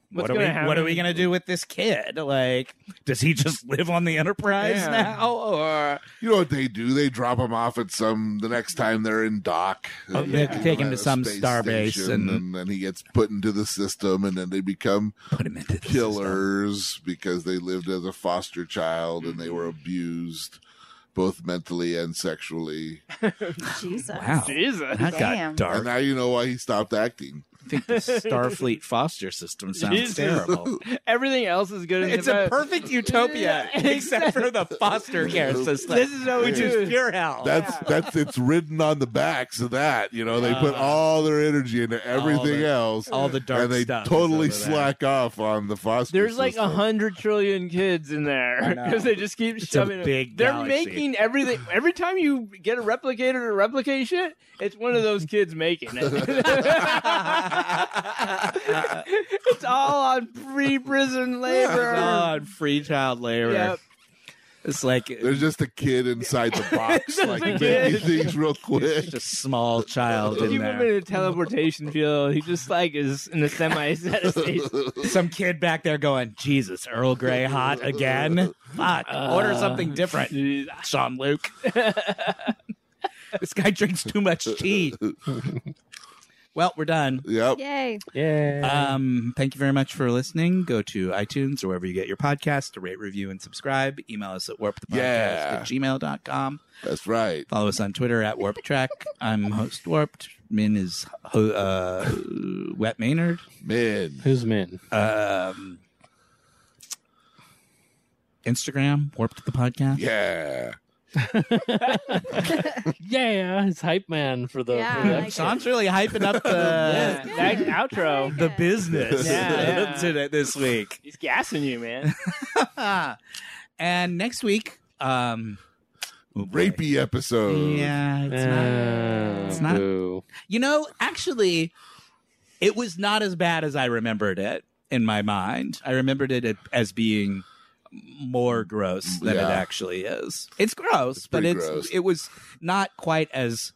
Speaker 13: What's
Speaker 5: What are, we,
Speaker 13: gonna
Speaker 5: what are
Speaker 13: happen?
Speaker 5: we gonna do with this kid? Like, does he just live on the Enterprise
Speaker 13: Yeah.
Speaker 5: now, or
Speaker 2: You know what they do? They drop him off at some the next time they're in dock.
Speaker 5: Oh, they take him to some starbase
Speaker 2: and,
Speaker 5: and-
Speaker 2: and then he gets put into the system, and then they become
Speaker 5: put him into the
Speaker 2: killers because they lived as a foster child and they were
Speaker 5: Mm-hmm.
Speaker 2: abused, both mentally and sexually.
Speaker 9: Jesus.
Speaker 5: Wow,
Speaker 13: [laughs] Jesus.
Speaker 5: that
Speaker 11: Damn.
Speaker 5: got
Speaker 2: And
Speaker 5: dark.
Speaker 2: now you know why he stopped acting.
Speaker 5: I think the Starfleet foster system sounds
Speaker 13: Jesus. [laughs]
Speaker 5: terrible.
Speaker 13: everything else is good. in
Speaker 5: It's
Speaker 13: the
Speaker 5: a
Speaker 13: best.
Speaker 5: perfect utopia except for the foster care system.
Speaker 13: This is what we
Speaker 5: which
Speaker 13: do.
Speaker 5: is pure hell. [laughs]
Speaker 2: That's that's it's written on the backs of that. You know, they put
Speaker 5: Uh,
Speaker 2: all their energy into everything
Speaker 5: the-
Speaker 2: else,
Speaker 5: all the dark
Speaker 2: and they
Speaker 5: stuff is
Speaker 2: totally
Speaker 5: over there.
Speaker 2: slack off on the foster.
Speaker 13: There's like a
Speaker 5: [laughs]
Speaker 2: system.
Speaker 13: hundred trillion kids in there
Speaker 5: know.
Speaker 13: because they just keep
Speaker 5: It's a
Speaker 13: shoving it.
Speaker 5: big
Speaker 13: They're
Speaker 5: galaxy.
Speaker 13: making everything. Every time you get a replicator to replicate shit, it's one of those kids making
Speaker 5: Oh
Speaker 13: it. [laughs] it's all on pre-prison labor.
Speaker 5: God, free child labor.
Speaker 13: Yep.
Speaker 5: It's like
Speaker 2: There's just a kid inside the
Speaker 5: [laughs]
Speaker 2: box,
Speaker 13: Just
Speaker 2: like
Speaker 13: a
Speaker 2: making
Speaker 13: kid.
Speaker 2: things real quick.
Speaker 5: just a small child
Speaker 13: If
Speaker 5: in
Speaker 13: you put him
Speaker 5: there.
Speaker 13: in a teleportation field, he just like is in a
Speaker 5: [laughs]
Speaker 13: semi [laughs] state.
Speaker 5: Some kid back there going, Jesus, Earl Grey hot again? Fuck, order something different, Sean Luke. [laughs] this guy drinks too much tea. Well, we're done.
Speaker 2: Yep.
Speaker 9: Yay.
Speaker 12: Yeah.
Speaker 5: Um, thank you very much for listening. Go to iTunes or wherever you get your podcast to rate, review, and subscribe. Email us at warpthepodcast
Speaker 2: Yeah.
Speaker 5: at gmail.com.
Speaker 2: That's right.
Speaker 5: Follow us on Twitter at Warp Track. I'm host Warped. Min is ho- uh, Wet Maynard.
Speaker 2: Men.
Speaker 12: Who's Min?
Speaker 5: Um, Instagram Warped the podcast.
Speaker 2: Yeah.
Speaker 12: Yeah, it's hype man for the.
Speaker 9: Yeah,
Speaker 12: for the
Speaker 9: I like
Speaker 12: episode.
Speaker 5: Sean's really hyping up
Speaker 13: yeah,
Speaker 6: [laughs]
Speaker 5: the
Speaker 13: nice outro.
Speaker 5: Oh. the business [laughs]
Speaker 13: Yeah, yeah.
Speaker 5: today this week.
Speaker 13: He's gassing you, man.
Speaker 5: Ah. and next week, um, oh boy.
Speaker 2: Rapey episode.
Speaker 5: Yeah, it's not.
Speaker 12: Ah,
Speaker 5: It's not-
Speaker 12: boo.
Speaker 5: You know, actually, it was not as bad as I remembered it in my mind. I remembered it as being more gross than
Speaker 3: Yeah.
Speaker 5: it actually is. It's gross, but
Speaker 2: pretty
Speaker 5: it's
Speaker 2: gross.
Speaker 5: it was not quite as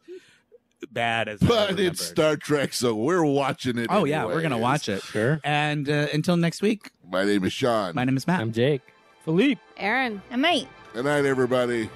Speaker 5: bad as. I
Speaker 2: But it's Star Trek, so we're watching it.
Speaker 5: Oh yeah, we're gonna watch it.
Speaker 12: Sure.
Speaker 5: And uh, until next week,
Speaker 2: my name is Sean.
Speaker 5: My name is Matt.
Speaker 12: I'm Jake.
Speaker 13: Philippe.
Speaker 9: Aaron.
Speaker 11: I might.
Speaker 2: Good night, everybody.